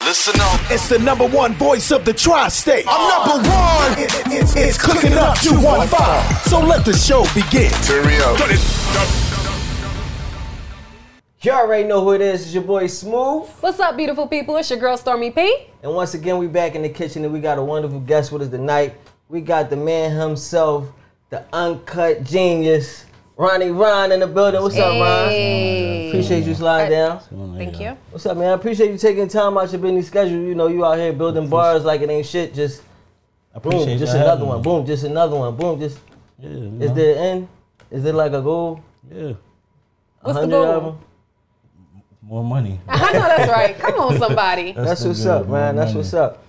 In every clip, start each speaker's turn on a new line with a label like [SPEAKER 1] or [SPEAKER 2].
[SPEAKER 1] Listen up.
[SPEAKER 2] It's the number one voice of the tri-state.
[SPEAKER 3] I'm number one.
[SPEAKER 2] It- it- it's, it's cooking up 215. So let the show begin.
[SPEAKER 3] Turn me up.
[SPEAKER 4] You already know who it is. It's your boy Smooth.
[SPEAKER 5] What's up, beautiful people? It's your girl Stormy P.
[SPEAKER 4] And once again, we back in the kitchen and we got a wonderful guest with us tonight. We got the man himself, the uncut genius, Ronnie Ron in the building. What's up, Ron? Appreciate you sliding down.
[SPEAKER 5] Thank you.
[SPEAKER 4] What's up, man? I appreciate you taking time out your busy schedule. You know, you out here building bars like it ain't shit. Just boom,
[SPEAKER 6] Appreciate
[SPEAKER 4] just
[SPEAKER 6] y'all
[SPEAKER 4] another
[SPEAKER 6] having
[SPEAKER 4] one.
[SPEAKER 6] me.
[SPEAKER 4] Boom, just another one. Boom, just
[SPEAKER 6] Yeah, you
[SPEAKER 4] is
[SPEAKER 6] know,
[SPEAKER 4] there an end? Is it like a goal?
[SPEAKER 6] yeah,
[SPEAKER 5] What's the
[SPEAKER 4] 100
[SPEAKER 5] goal?
[SPEAKER 4] of 'em?
[SPEAKER 6] more money.
[SPEAKER 5] I know that's right. Come on, somebody.
[SPEAKER 4] That's
[SPEAKER 6] the
[SPEAKER 4] what's
[SPEAKER 6] goal,
[SPEAKER 4] up, man.
[SPEAKER 6] man.
[SPEAKER 4] That's what's up.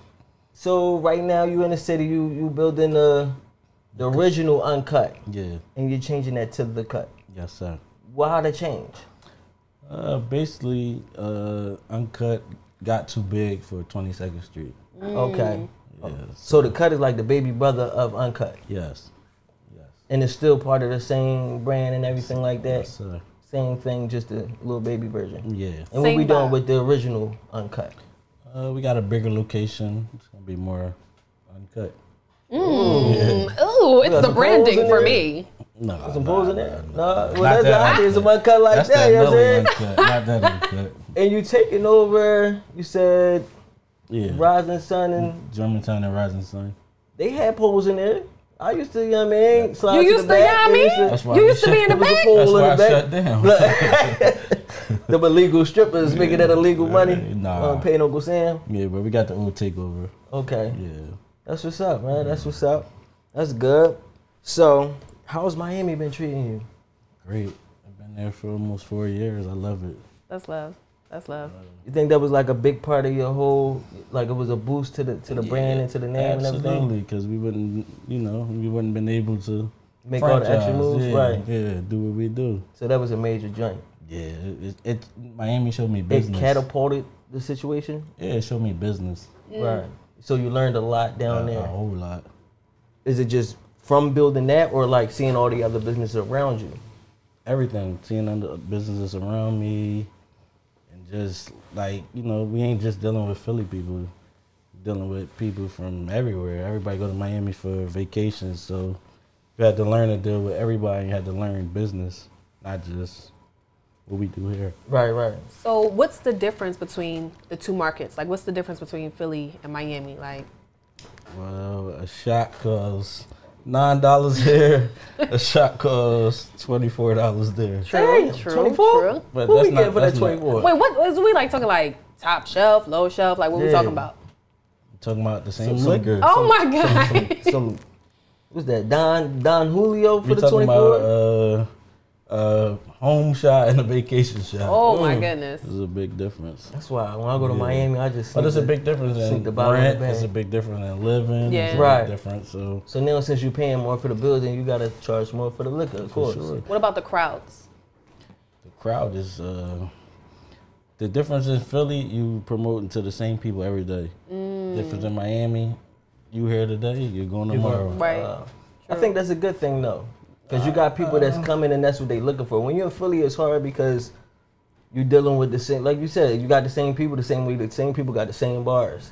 [SPEAKER 4] So right now you in the city, you you building the the original uncut,
[SPEAKER 6] Yeah,
[SPEAKER 4] and you're changing that to the cut.
[SPEAKER 6] yes, sir.
[SPEAKER 4] Well, how to change?
[SPEAKER 6] Uh, basically, uh, Uncut got too big for 22nd Street.
[SPEAKER 5] Mm.
[SPEAKER 4] Okay.
[SPEAKER 6] Yes,
[SPEAKER 4] So the cut is like the baby brother of uncut,
[SPEAKER 6] yes,
[SPEAKER 4] and it's still part of the same brand and everything like that.
[SPEAKER 6] yes, sir. Mm.
[SPEAKER 4] Same thing, just a little baby version.
[SPEAKER 6] Yeah,
[SPEAKER 4] And what
[SPEAKER 5] Same
[SPEAKER 4] we doing
[SPEAKER 5] vibe.
[SPEAKER 4] with the original uncut?
[SPEAKER 6] uh, we got a bigger location. It's gonna be more uncut.
[SPEAKER 5] Ooh, it's
[SPEAKER 4] got
[SPEAKER 5] the
[SPEAKER 4] some
[SPEAKER 5] branding
[SPEAKER 4] goals
[SPEAKER 5] for
[SPEAKER 4] in
[SPEAKER 5] me.
[SPEAKER 6] No, nah,
[SPEAKER 4] Mm. Some
[SPEAKER 6] nah,
[SPEAKER 4] bulls in
[SPEAKER 6] nah,
[SPEAKER 4] there?
[SPEAKER 6] nah.
[SPEAKER 4] No, well,
[SPEAKER 6] Not
[SPEAKER 4] that's the
[SPEAKER 6] that
[SPEAKER 4] idea. It's a
[SPEAKER 6] uncut.
[SPEAKER 4] uncut like
[SPEAKER 6] That's
[SPEAKER 4] that.
[SPEAKER 6] that
[SPEAKER 4] You know what I'm
[SPEAKER 6] Nelly
[SPEAKER 4] saying?
[SPEAKER 6] uncut, not that uncut.
[SPEAKER 4] And you taking over? You said
[SPEAKER 6] Yeah,
[SPEAKER 4] Rising Sun
[SPEAKER 6] Mm.
[SPEAKER 4] and
[SPEAKER 6] Germantown and Rising Sun.
[SPEAKER 4] They had poles in there. I used to, you know what I mean? Slide
[SPEAKER 5] You
[SPEAKER 4] to
[SPEAKER 5] used
[SPEAKER 4] the
[SPEAKER 5] to,
[SPEAKER 4] back.
[SPEAKER 5] yeah, I
[SPEAKER 4] They
[SPEAKER 5] mean,
[SPEAKER 6] That's why
[SPEAKER 5] you
[SPEAKER 6] we
[SPEAKER 5] used to be in the
[SPEAKER 4] It was a
[SPEAKER 5] back.
[SPEAKER 4] pool
[SPEAKER 6] That's
[SPEAKER 4] in
[SPEAKER 6] why
[SPEAKER 4] the
[SPEAKER 6] I
[SPEAKER 4] back.
[SPEAKER 6] shut down.
[SPEAKER 4] the illegal strippers making that illegal money.
[SPEAKER 6] Nah.
[SPEAKER 4] Um, paying Uncle Sam.
[SPEAKER 6] Yeah, but we got the old takeover.
[SPEAKER 4] Okay.
[SPEAKER 6] Yeah,
[SPEAKER 4] That's what's up, man. That's what's up. That's good. So, how's Miami been treating you?
[SPEAKER 6] great. I've been there for almost four years. I love it.
[SPEAKER 5] That's love. That's love.
[SPEAKER 4] You think that was like a big part of your whole, like it was a boost to the to the brand and to the name and everything?
[SPEAKER 6] Absolutely, because we wouldn't, you know, we wouldn't been able to
[SPEAKER 4] Make all the extra
[SPEAKER 6] franchise,
[SPEAKER 4] moves,
[SPEAKER 6] yeah,
[SPEAKER 4] right.
[SPEAKER 6] Yeah, do what we do.
[SPEAKER 4] So that was a major joint.
[SPEAKER 6] Yeah, it, it, it Miami showed me
[SPEAKER 4] It
[SPEAKER 6] business.
[SPEAKER 4] catapulted the situation,
[SPEAKER 6] yeah, it showed me business.
[SPEAKER 5] Mm.
[SPEAKER 4] right? So you learned a lot down
[SPEAKER 6] Uh, a,
[SPEAKER 4] there.
[SPEAKER 6] a whole lot.
[SPEAKER 4] is it just from building that or like seeing all the other businesses around you
[SPEAKER 6] Everything, seeing other businesses around me, and just like you know, we ain't just dealing with Philly people, dealing with people from everywhere. Everybody go to Miami for vacations, so you had to learn to deal with everybody. You had to learn business, not just what we do here.
[SPEAKER 4] right right
[SPEAKER 5] So, what's the difference between the two markets? Like, what's the difference between Philly and Miami? Like,
[SPEAKER 6] Well, a shot costs nine dollars here. a shot costs twenty four dollars there.
[SPEAKER 5] true,
[SPEAKER 4] Damn,
[SPEAKER 5] true,
[SPEAKER 4] 24?
[SPEAKER 5] true.
[SPEAKER 6] But
[SPEAKER 4] What
[SPEAKER 6] that's
[SPEAKER 4] we
[SPEAKER 6] not-
[SPEAKER 4] get for that
[SPEAKER 6] that's not-
[SPEAKER 4] 24
[SPEAKER 5] Wait, what is we like talking like top shelf, low shelf? Like, what we
[SPEAKER 4] Yeah.
[SPEAKER 5] talking about?
[SPEAKER 6] Talking about the same
[SPEAKER 4] Some
[SPEAKER 6] liquor.
[SPEAKER 5] Oh my god!
[SPEAKER 4] some what's that don don julio for
[SPEAKER 6] We're
[SPEAKER 4] the
[SPEAKER 6] talking
[SPEAKER 4] 24
[SPEAKER 6] about uh, uh, home shot and a vacation shot.
[SPEAKER 5] Oh
[SPEAKER 4] Mm.
[SPEAKER 5] my goodness!
[SPEAKER 6] There's a big difference.
[SPEAKER 4] that's why when i go to
[SPEAKER 6] Yeah.
[SPEAKER 4] miami i just
[SPEAKER 6] But there's a
[SPEAKER 4] sneak it.
[SPEAKER 6] big difference
[SPEAKER 4] Sink
[SPEAKER 6] in
[SPEAKER 4] the bottom of the
[SPEAKER 6] rent.
[SPEAKER 4] bag.
[SPEAKER 6] There's a big difference in living.
[SPEAKER 5] Yeah.
[SPEAKER 6] There's a
[SPEAKER 4] Right.
[SPEAKER 6] big difference. So
[SPEAKER 4] so now since you're paying more for the building you gotta charge more for the liquor of
[SPEAKER 6] for
[SPEAKER 4] course
[SPEAKER 6] sure,
[SPEAKER 5] What about the crowds?
[SPEAKER 6] the crowd is. Uh, the difference in Philly, you promoting to the same people every day.
[SPEAKER 4] Mm.
[SPEAKER 6] Difference in Miami, you here today, you're going tomorrow.
[SPEAKER 5] Right.
[SPEAKER 4] Uh, i think that's a good thing though because you got people that's
[SPEAKER 6] Uh-huh.
[SPEAKER 4] coming and that's what they looking for when you're in philly it's hard because you're dealing with the same like you said you got the same people the same way the same people got the same bars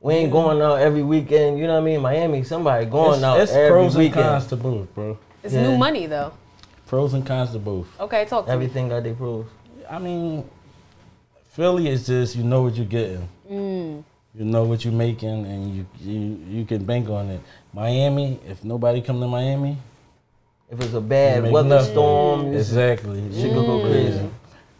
[SPEAKER 4] we ain't going out every weekend you know what i mean miami somebody going
[SPEAKER 6] It's,
[SPEAKER 4] out
[SPEAKER 6] it's
[SPEAKER 4] every
[SPEAKER 6] pros and
[SPEAKER 4] weekend
[SPEAKER 6] cons to both, bro.
[SPEAKER 5] it's
[SPEAKER 4] yeah.
[SPEAKER 5] new money though.
[SPEAKER 6] Pros and cons to both.
[SPEAKER 5] Okay, talk to me.
[SPEAKER 4] everything got their pros
[SPEAKER 6] I mean, Philly is just you know what you're getting.
[SPEAKER 5] Mm.
[SPEAKER 6] You know what you're making, and you, you you can bank on it. Miami, if nobody come to Miami,
[SPEAKER 4] if it's a bad
[SPEAKER 6] make
[SPEAKER 4] weather
[SPEAKER 6] nothing.
[SPEAKER 4] storm Mm. it's
[SPEAKER 6] exactly,
[SPEAKER 4] shit could go crazy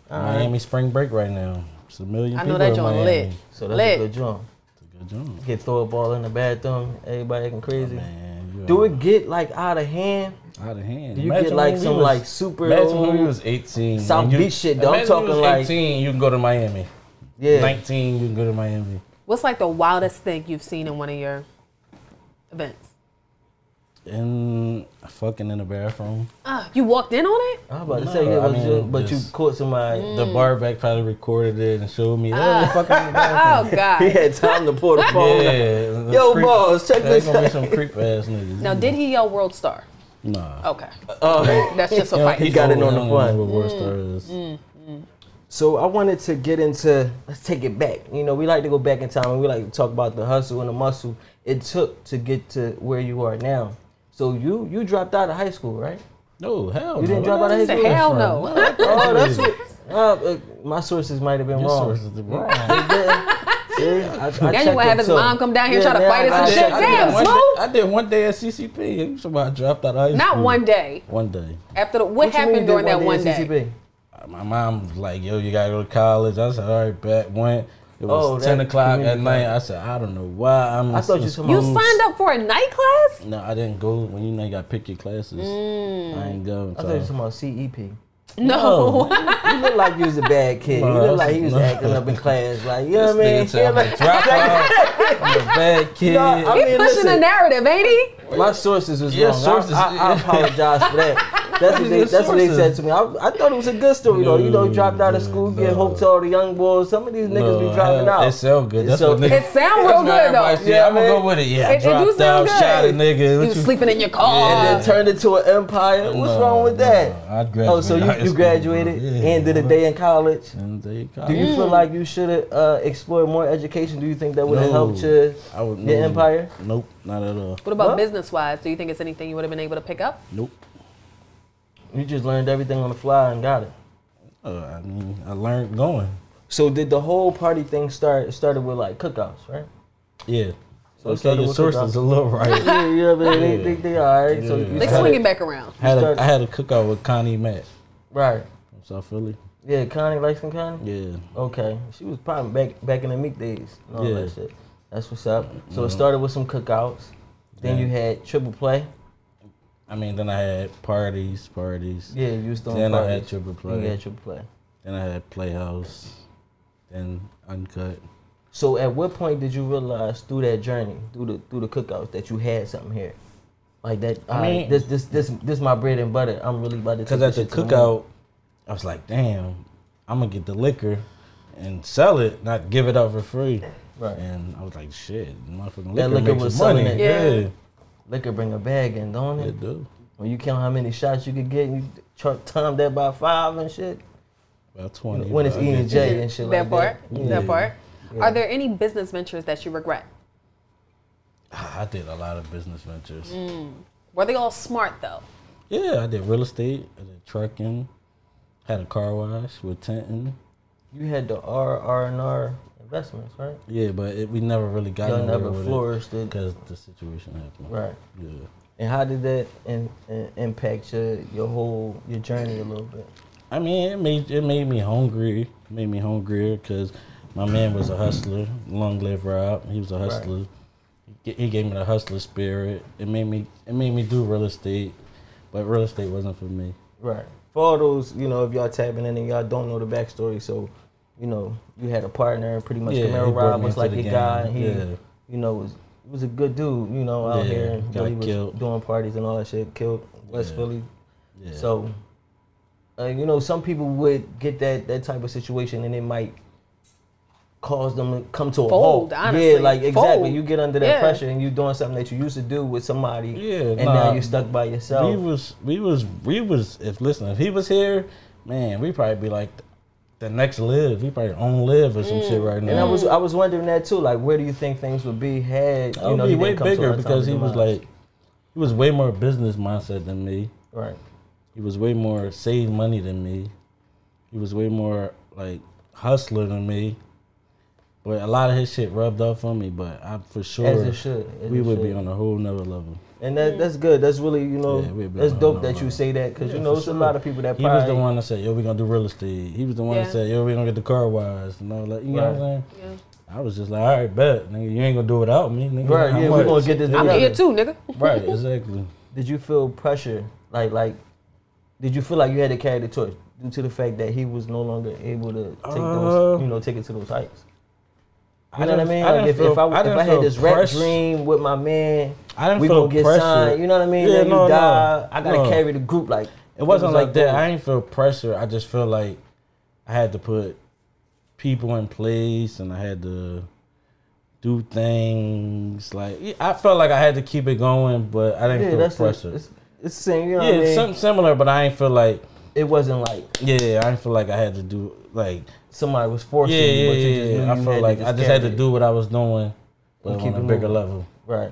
[SPEAKER 6] Miami spring break right now. It's a million
[SPEAKER 5] I
[SPEAKER 6] people
[SPEAKER 5] know that
[SPEAKER 6] in
[SPEAKER 5] joint
[SPEAKER 6] Miami.
[SPEAKER 5] lit.
[SPEAKER 4] so that's
[SPEAKER 5] lit.
[SPEAKER 4] a good drum
[SPEAKER 6] It's a good job,
[SPEAKER 4] get throw a ball in the bathroom everybody acting crazy
[SPEAKER 6] Oh, man. You
[SPEAKER 4] do
[SPEAKER 6] are
[SPEAKER 4] it get like out of hand
[SPEAKER 6] out of hand.
[SPEAKER 4] do you
[SPEAKER 6] Imagine
[SPEAKER 4] get like
[SPEAKER 6] when we
[SPEAKER 4] some
[SPEAKER 6] was-
[SPEAKER 4] like super
[SPEAKER 6] Imagine when we
[SPEAKER 4] old-
[SPEAKER 6] was 18.
[SPEAKER 4] South
[SPEAKER 6] and you-
[SPEAKER 4] Beach shit, though. I'm
[SPEAKER 6] imagine when we
[SPEAKER 4] talking
[SPEAKER 6] was
[SPEAKER 4] like-
[SPEAKER 6] 18. You can go to Miami.
[SPEAKER 4] yeah
[SPEAKER 6] 19. You can go to Miami.
[SPEAKER 5] What's like the wildest thing you've seen in one of your events?
[SPEAKER 6] And fucking in the bathroom.
[SPEAKER 5] Uh, you walked in on it?
[SPEAKER 4] i was about to say yeah,
[SPEAKER 6] No, I
[SPEAKER 4] but
[SPEAKER 6] mean,
[SPEAKER 4] you- but you
[SPEAKER 6] just-
[SPEAKER 4] caught somebody
[SPEAKER 6] The
[SPEAKER 5] Mm.
[SPEAKER 6] bar back probably recorded it and showed me. "Oh, the fucking
[SPEAKER 5] Oh God!
[SPEAKER 4] he had time to pull the phone out.
[SPEAKER 6] yeah.
[SPEAKER 4] Yo,
[SPEAKER 6] Creep-
[SPEAKER 4] boss, check this
[SPEAKER 6] That's gonna be
[SPEAKER 4] out.
[SPEAKER 6] some creep ass niggas.
[SPEAKER 5] Now, did he yell "World Star"?
[SPEAKER 6] Nah.
[SPEAKER 5] Okay,
[SPEAKER 4] Oh,
[SPEAKER 5] that's just a
[SPEAKER 6] You know,
[SPEAKER 5] fight. Mm.
[SPEAKER 4] got it on the
[SPEAKER 6] I don't know
[SPEAKER 4] front.
[SPEAKER 6] What World Star is.
[SPEAKER 4] So I wanted to get into let's take it back. You know, we like to go back in time and we like to talk about the hustle and the muscle it took to get to where you are now. So you you dropped out of high school, right?
[SPEAKER 6] No, hell no.
[SPEAKER 4] You didn't drop out of high
[SPEAKER 5] He said,
[SPEAKER 4] school.
[SPEAKER 5] hell no.
[SPEAKER 4] Oh, that's what. Uh, uh, my sources might have been
[SPEAKER 6] Your
[SPEAKER 4] wrong.
[SPEAKER 6] sources are wrong.
[SPEAKER 4] See, I, I
[SPEAKER 5] Daniel
[SPEAKER 4] checked
[SPEAKER 5] would have
[SPEAKER 4] them,
[SPEAKER 5] his
[SPEAKER 4] too.
[SPEAKER 5] mom come down here try to
[SPEAKER 4] man,
[SPEAKER 5] fight us
[SPEAKER 4] I-
[SPEAKER 5] and
[SPEAKER 6] I
[SPEAKER 5] shit.
[SPEAKER 6] did- I did
[SPEAKER 5] Damn,
[SPEAKER 6] one day-
[SPEAKER 5] Smoke.
[SPEAKER 6] I did one day at CCP. and Somebody dropped out of high
[SPEAKER 5] Not
[SPEAKER 6] school.
[SPEAKER 5] one day.
[SPEAKER 6] One day.
[SPEAKER 5] After the, what,
[SPEAKER 4] What you mean you
[SPEAKER 5] happened
[SPEAKER 4] did
[SPEAKER 5] during that one
[SPEAKER 4] at
[SPEAKER 5] day?
[SPEAKER 4] CCP?
[SPEAKER 6] My mom was like, "Yo, you gotta go to college." I said, "All right, bet." Went. It
[SPEAKER 4] Oh,
[SPEAKER 6] was
[SPEAKER 4] that
[SPEAKER 6] ten o'clock at
[SPEAKER 4] community
[SPEAKER 6] night.
[SPEAKER 4] college.
[SPEAKER 6] I said, "I don't know why I'm."
[SPEAKER 4] I thought
[SPEAKER 6] in
[SPEAKER 4] you
[SPEAKER 6] school."
[SPEAKER 4] some-
[SPEAKER 5] You
[SPEAKER 4] Um,
[SPEAKER 5] signed up for a night class?
[SPEAKER 6] No, I didn't go. When you know you gotta pick your classes,
[SPEAKER 5] Mm.
[SPEAKER 6] I ain't go.
[SPEAKER 4] I thought you were talking about E CEP.
[SPEAKER 5] No.
[SPEAKER 4] you look like you was a bad kid.
[SPEAKER 6] No,
[SPEAKER 4] you
[SPEAKER 6] I
[SPEAKER 4] look
[SPEAKER 6] was-
[SPEAKER 4] like he was
[SPEAKER 6] no.
[SPEAKER 4] acting up in class. Like, you know what I mean?
[SPEAKER 6] Nigga said, I'm a dropout. I'm a bad kid.
[SPEAKER 4] No, I
[SPEAKER 5] He
[SPEAKER 4] mean,
[SPEAKER 5] pushing the
[SPEAKER 4] listen.
[SPEAKER 5] narrative, ain't he?
[SPEAKER 4] My sources was
[SPEAKER 6] Yeah,
[SPEAKER 4] wrong. I-
[SPEAKER 6] sources-
[SPEAKER 4] I, I, apologize for that. That's what they,
[SPEAKER 6] Your
[SPEAKER 4] that's what they said
[SPEAKER 6] sources.
[SPEAKER 4] to me. I, I thought it was a good story though. You know, you
[SPEAKER 6] No,
[SPEAKER 4] dropped out of school, get
[SPEAKER 6] no.
[SPEAKER 4] hooked to all the young boys. Some of these niggas
[SPEAKER 6] No,
[SPEAKER 4] be dropping
[SPEAKER 6] hell,
[SPEAKER 4] out.
[SPEAKER 6] It sound good.
[SPEAKER 4] It
[SPEAKER 6] That's
[SPEAKER 4] sound-
[SPEAKER 6] what niggas.
[SPEAKER 5] It sound real good though.
[SPEAKER 6] Yeah, I'm
[SPEAKER 4] Yeah,
[SPEAKER 6] gonna
[SPEAKER 4] man.
[SPEAKER 6] go with it. Yeah,
[SPEAKER 5] It- it do
[SPEAKER 6] dropped out,
[SPEAKER 5] sound good.
[SPEAKER 6] shot a nigga. What
[SPEAKER 5] You sleeping in your
[SPEAKER 4] and
[SPEAKER 5] car.
[SPEAKER 4] then turned into an empire. What's
[SPEAKER 6] No,
[SPEAKER 4] wrong with
[SPEAKER 6] no,
[SPEAKER 4] that?
[SPEAKER 6] I graduated
[SPEAKER 4] oh, so
[SPEAKER 6] high
[SPEAKER 4] you, you
[SPEAKER 6] school,
[SPEAKER 4] graduated,
[SPEAKER 6] bro. Yeah,
[SPEAKER 4] ended a
[SPEAKER 6] bro.
[SPEAKER 4] day in college.
[SPEAKER 6] And there you go.
[SPEAKER 4] Do you feel like you should have uh, explored more education? Do you think that would have helped your,
[SPEAKER 6] I would-
[SPEAKER 4] your
[SPEAKER 6] no.
[SPEAKER 4] empire?
[SPEAKER 6] Nope, not at all.
[SPEAKER 5] What about
[SPEAKER 4] What?
[SPEAKER 5] business wise? Do you think it's anything you would have been able to pick up?
[SPEAKER 6] Nope.
[SPEAKER 4] You just learned everything on the fly and got it.
[SPEAKER 6] Uh, I mean, I learned going.
[SPEAKER 4] So did the whole party thing start? It started with like cookouts, right?
[SPEAKER 6] Yeah.
[SPEAKER 4] So
[SPEAKER 6] So
[SPEAKER 4] it started
[SPEAKER 6] okay, your
[SPEAKER 4] with
[SPEAKER 6] sources
[SPEAKER 4] the-
[SPEAKER 6] a little right.
[SPEAKER 4] yeah, yeah, but they, they, they all right. So
[SPEAKER 6] Yeah.
[SPEAKER 4] you
[SPEAKER 5] They swing
[SPEAKER 6] Had
[SPEAKER 4] started,
[SPEAKER 5] it back around.
[SPEAKER 6] had
[SPEAKER 4] Start-
[SPEAKER 6] a, I had a cookout with Connie Matt
[SPEAKER 4] right?
[SPEAKER 6] from South Philly.
[SPEAKER 4] Yeah, Connie Lexington Connie.
[SPEAKER 6] Yeah.
[SPEAKER 4] Okay, she was probably back back in the meat days. And all
[SPEAKER 6] Yeah. Mm-hmm.
[SPEAKER 4] that shit. That's what's up. So it started with some cookouts. Then you had triple play.
[SPEAKER 6] I mean, then I had parties, parties.
[SPEAKER 4] Yeah, you was throwing
[SPEAKER 6] Then I
[SPEAKER 4] parties.
[SPEAKER 6] had triple play.
[SPEAKER 4] You had triple play.
[SPEAKER 6] Then I had Playhouse. Then Uncut.
[SPEAKER 4] So at what point did you realize through that journey, through the through the cookouts, that you had something here, like that? I
[SPEAKER 6] mean-
[SPEAKER 4] this this this this my bread and butter. I'm really about to.
[SPEAKER 6] Because
[SPEAKER 4] take
[SPEAKER 6] at the
[SPEAKER 4] this shit to moon.
[SPEAKER 6] cookout, I was like, damn, I'm going to get the liquor and sell it, not give it out for free.
[SPEAKER 4] Right.
[SPEAKER 6] And I was like, shit, motherfucking liquor,
[SPEAKER 4] That liquor
[SPEAKER 6] makes
[SPEAKER 4] was
[SPEAKER 6] money.
[SPEAKER 4] selling it.
[SPEAKER 5] Yeah.
[SPEAKER 6] Yeah.
[SPEAKER 4] liquor bring a bag in, don't it?
[SPEAKER 6] It do.
[SPEAKER 4] When you count how many shots you could get, and you chart time that by five and shit.
[SPEAKER 6] About 20.
[SPEAKER 4] when it's
[SPEAKER 6] but I
[SPEAKER 4] E and
[SPEAKER 6] did-
[SPEAKER 4] J and shit like
[SPEAKER 5] that part.
[SPEAKER 4] that.
[SPEAKER 5] That
[SPEAKER 6] Yeah.
[SPEAKER 5] part. Are there any business ventures that you regret?
[SPEAKER 6] I did a lot of business ventures.
[SPEAKER 5] Were they all smart though?
[SPEAKER 6] Yeah, I did real estate, I did trucking, had a car wash with Tenton.
[SPEAKER 4] You had the R R and R investments, right?
[SPEAKER 6] Yeah, but it, we never really got
[SPEAKER 4] Y'all
[SPEAKER 6] anywhere
[SPEAKER 4] never
[SPEAKER 6] with
[SPEAKER 4] flourished it.
[SPEAKER 6] because the situation happened.
[SPEAKER 4] Right.
[SPEAKER 6] Yeah.
[SPEAKER 4] And how did that in, in, impact your your whole your journey a little bit?
[SPEAKER 6] I mean, it made it made me hungry. It made me hungrier because my man was a hustler. Long live Rob. He was a hustler. He, he gave me the hustler spirit. It made me it made me do real estate, but real estate wasn't for me.
[SPEAKER 4] Right. For all those, you know, if y'all tapping in and y'all don't know the backstory, so you know, you had a partner and pretty much
[SPEAKER 6] Yeah, he
[SPEAKER 4] Camaro
[SPEAKER 6] brought
[SPEAKER 4] Rob
[SPEAKER 6] me
[SPEAKER 4] was
[SPEAKER 6] into
[SPEAKER 4] like
[SPEAKER 6] the
[SPEAKER 4] your
[SPEAKER 6] game.
[SPEAKER 4] guy. and He,
[SPEAKER 6] Yeah.
[SPEAKER 4] you know, was was a good dude, you know, out
[SPEAKER 6] Yeah,
[SPEAKER 4] here and
[SPEAKER 6] got
[SPEAKER 4] really was
[SPEAKER 6] killed.
[SPEAKER 4] doing parties and all that shit. Killed West
[SPEAKER 6] Yeah.
[SPEAKER 4] Philly.
[SPEAKER 6] Yeah.
[SPEAKER 4] So, uh, you know, some people would get that that type of situation, and it might cause them to come to a halt.
[SPEAKER 5] Fold, honestly.
[SPEAKER 4] Yeah, like
[SPEAKER 5] Fold.
[SPEAKER 4] exactly. You get under that
[SPEAKER 5] Yeah.
[SPEAKER 4] pressure, and you're doing something that you used to do with somebody,
[SPEAKER 6] Yeah,
[SPEAKER 4] and now
[SPEAKER 6] nah.
[SPEAKER 4] you're stuck by yourself.
[SPEAKER 6] we was we was we was if listen if he was here, man, we probably be like the next live. We probably own live or some shit right now.
[SPEAKER 4] And I was I was wondering that too. Like, where do you think things would be had you
[SPEAKER 6] I'll
[SPEAKER 4] know
[SPEAKER 6] be
[SPEAKER 4] he
[SPEAKER 6] way
[SPEAKER 4] didn't come to
[SPEAKER 6] bigger
[SPEAKER 4] our
[SPEAKER 6] because he
[SPEAKER 4] time
[SPEAKER 6] was
[SPEAKER 4] demise?
[SPEAKER 6] like he was way more business mindset than me.
[SPEAKER 4] right,
[SPEAKER 6] He was way more save money than me. He was way more like hustler than me. But a lot of his shit rubbed off on me. But I for sure
[SPEAKER 4] as it should. as
[SPEAKER 6] we
[SPEAKER 4] it
[SPEAKER 6] would be
[SPEAKER 4] should.
[SPEAKER 6] on a whole nother level.
[SPEAKER 4] and that, that's good. That's really you know
[SPEAKER 6] Yeah, we'd be
[SPEAKER 4] that's
[SPEAKER 6] on
[SPEAKER 4] dope
[SPEAKER 6] our
[SPEAKER 4] that you
[SPEAKER 6] own.
[SPEAKER 4] say that because
[SPEAKER 6] Yeah,
[SPEAKER 4] you know
[SPEAKER 6] for
[SPEAKER 4] it's a
[SPEAKER 6] sure.
[SPEAKER 4] lot of people that
[SPEAKER 6] He was the
[SPEAKER 4] probably-
[SPEAKER 6] one that said, "Yo, we gonna do real estate." He was the one
[SPEAKER 5] Yeah.
[SPEAKER 6] that said, "Yo, we gonna get the car wise," and all that. You know what I'm
[SPEAKER 4] Right.
[SPEAKER 6] saying?
[SPEAKER 5] Yeah.
[SPEAKER 6] I was just like, "All right, bet, nigga, you ain't gonna do it without me, nigga."
[SPEAKER 4] Right,
[SPEAKER 6] How
[SPEAKER 4] yeah, we
[SPEAKER 6] much?"
[SPEAKER 4] gonna get this
[SPEAKER 5] I'm
[SPEAKER 4] Yeah.
[SPEAKER 5] here too, nigga.
[SPEAKER 6] right, exactly.
[SPEAKER 4] Did you feel pressure? Like like, did you feel like you had to carry the torch due to the fact that he was no longer able to take those
[SPEAKER 6] Uh,
[SPEAKER 4] you know take it to those heights? You
[SPEAKER 6] I
[SPEAKER 4] know what I
[SPEAKER 6] didn't-
[SPEAKER 4] mean?
[SPEAKER 6] I
[SPEAKER 4] like if,
[SPEAKER 6] didn't
[SPEAKER 4] if
[SPEAKER 6] feel-
[SPEAKER 4] I,
[SPEAKER 6] I
[SPEAKER 4] if
[SPEAKER 6] didn't
[SPEAKER 4] I had
[SPEAKER 6] feel
[SPEAKER 4] this rap
[SPEAKER 6] pressure.
[SPEAKER 4] dream with my man,
[SPEAKER 6] I didn't
[SPEAKER 4] we
[SPEAKER 6] feel
[SPEAKER 4] gonna get
[SPEAKER 6] pressure.
[SPEAKER 4] signed. You know what I mean?
[SPEAKER 6] Yeah,
[SPEAKER 4] then you
[SPEAKER 6] no, no.
[SPEAKER 4] die. I gotta
[SPEAKER 6] No.
[SPEAKER 4] carry the group. Like
[SPEAKER 6] It wasn't
[SPEAKER 4] was
[SPEAKER 6] like that.
[SPEAKER 4] goal.
[SPEAKER 6] I didn't feel pressure. I just feel like I had to put people in place and I had to do things. Like yeah, I felt like I had to keep it going, but I didn't
[SPEAKER 4] yeah,
[SPEAKER 6] feel
[SPEAKER 4] that's the-
[SPEAKER 6] pressure.
[SPEAKER 4] It's, it's the same. You know
[SPEAKER 6] yeah,
[SPEAKER 4] what I mean?
[SPEAKER 6] something similar, but I ain't feel like
[SPEAKER 4] it wasn't like
[SPEAKER 6] Yeah, I didn't feel like I had to do like
[SPEAKER 4] somebody was forcing
[SPEAKER 6] yeah,
[SPEAKER 4] you,
[SPEAKER 6] yeah,
[SPEAKER 4] but you just
[SPEAKER 6] yeah.
[SPEAKER 4] knew
[SPEAKER 6] yeah. I
[SPEAKER 4] you
[SPEAKER 6] felt
[SPEAKER 4] had
[SPEAKER 6] like
[SPEAKER 4] to
[SPEAKER 6] I
[SPEAKER 4] just
[SPEAKER 6] just had to
[SPEAKER 4] carry it.
[SPEAKER 6] do what I was doing, but
[SPEAKER 4] keep
[SPEAKER 6] on a
[SPEAKER 4] it
[SPEAKER 6] bigger
[SPEAKER 4] moving.
[SPEAKER 6] level.
[SPEAKER 4] right.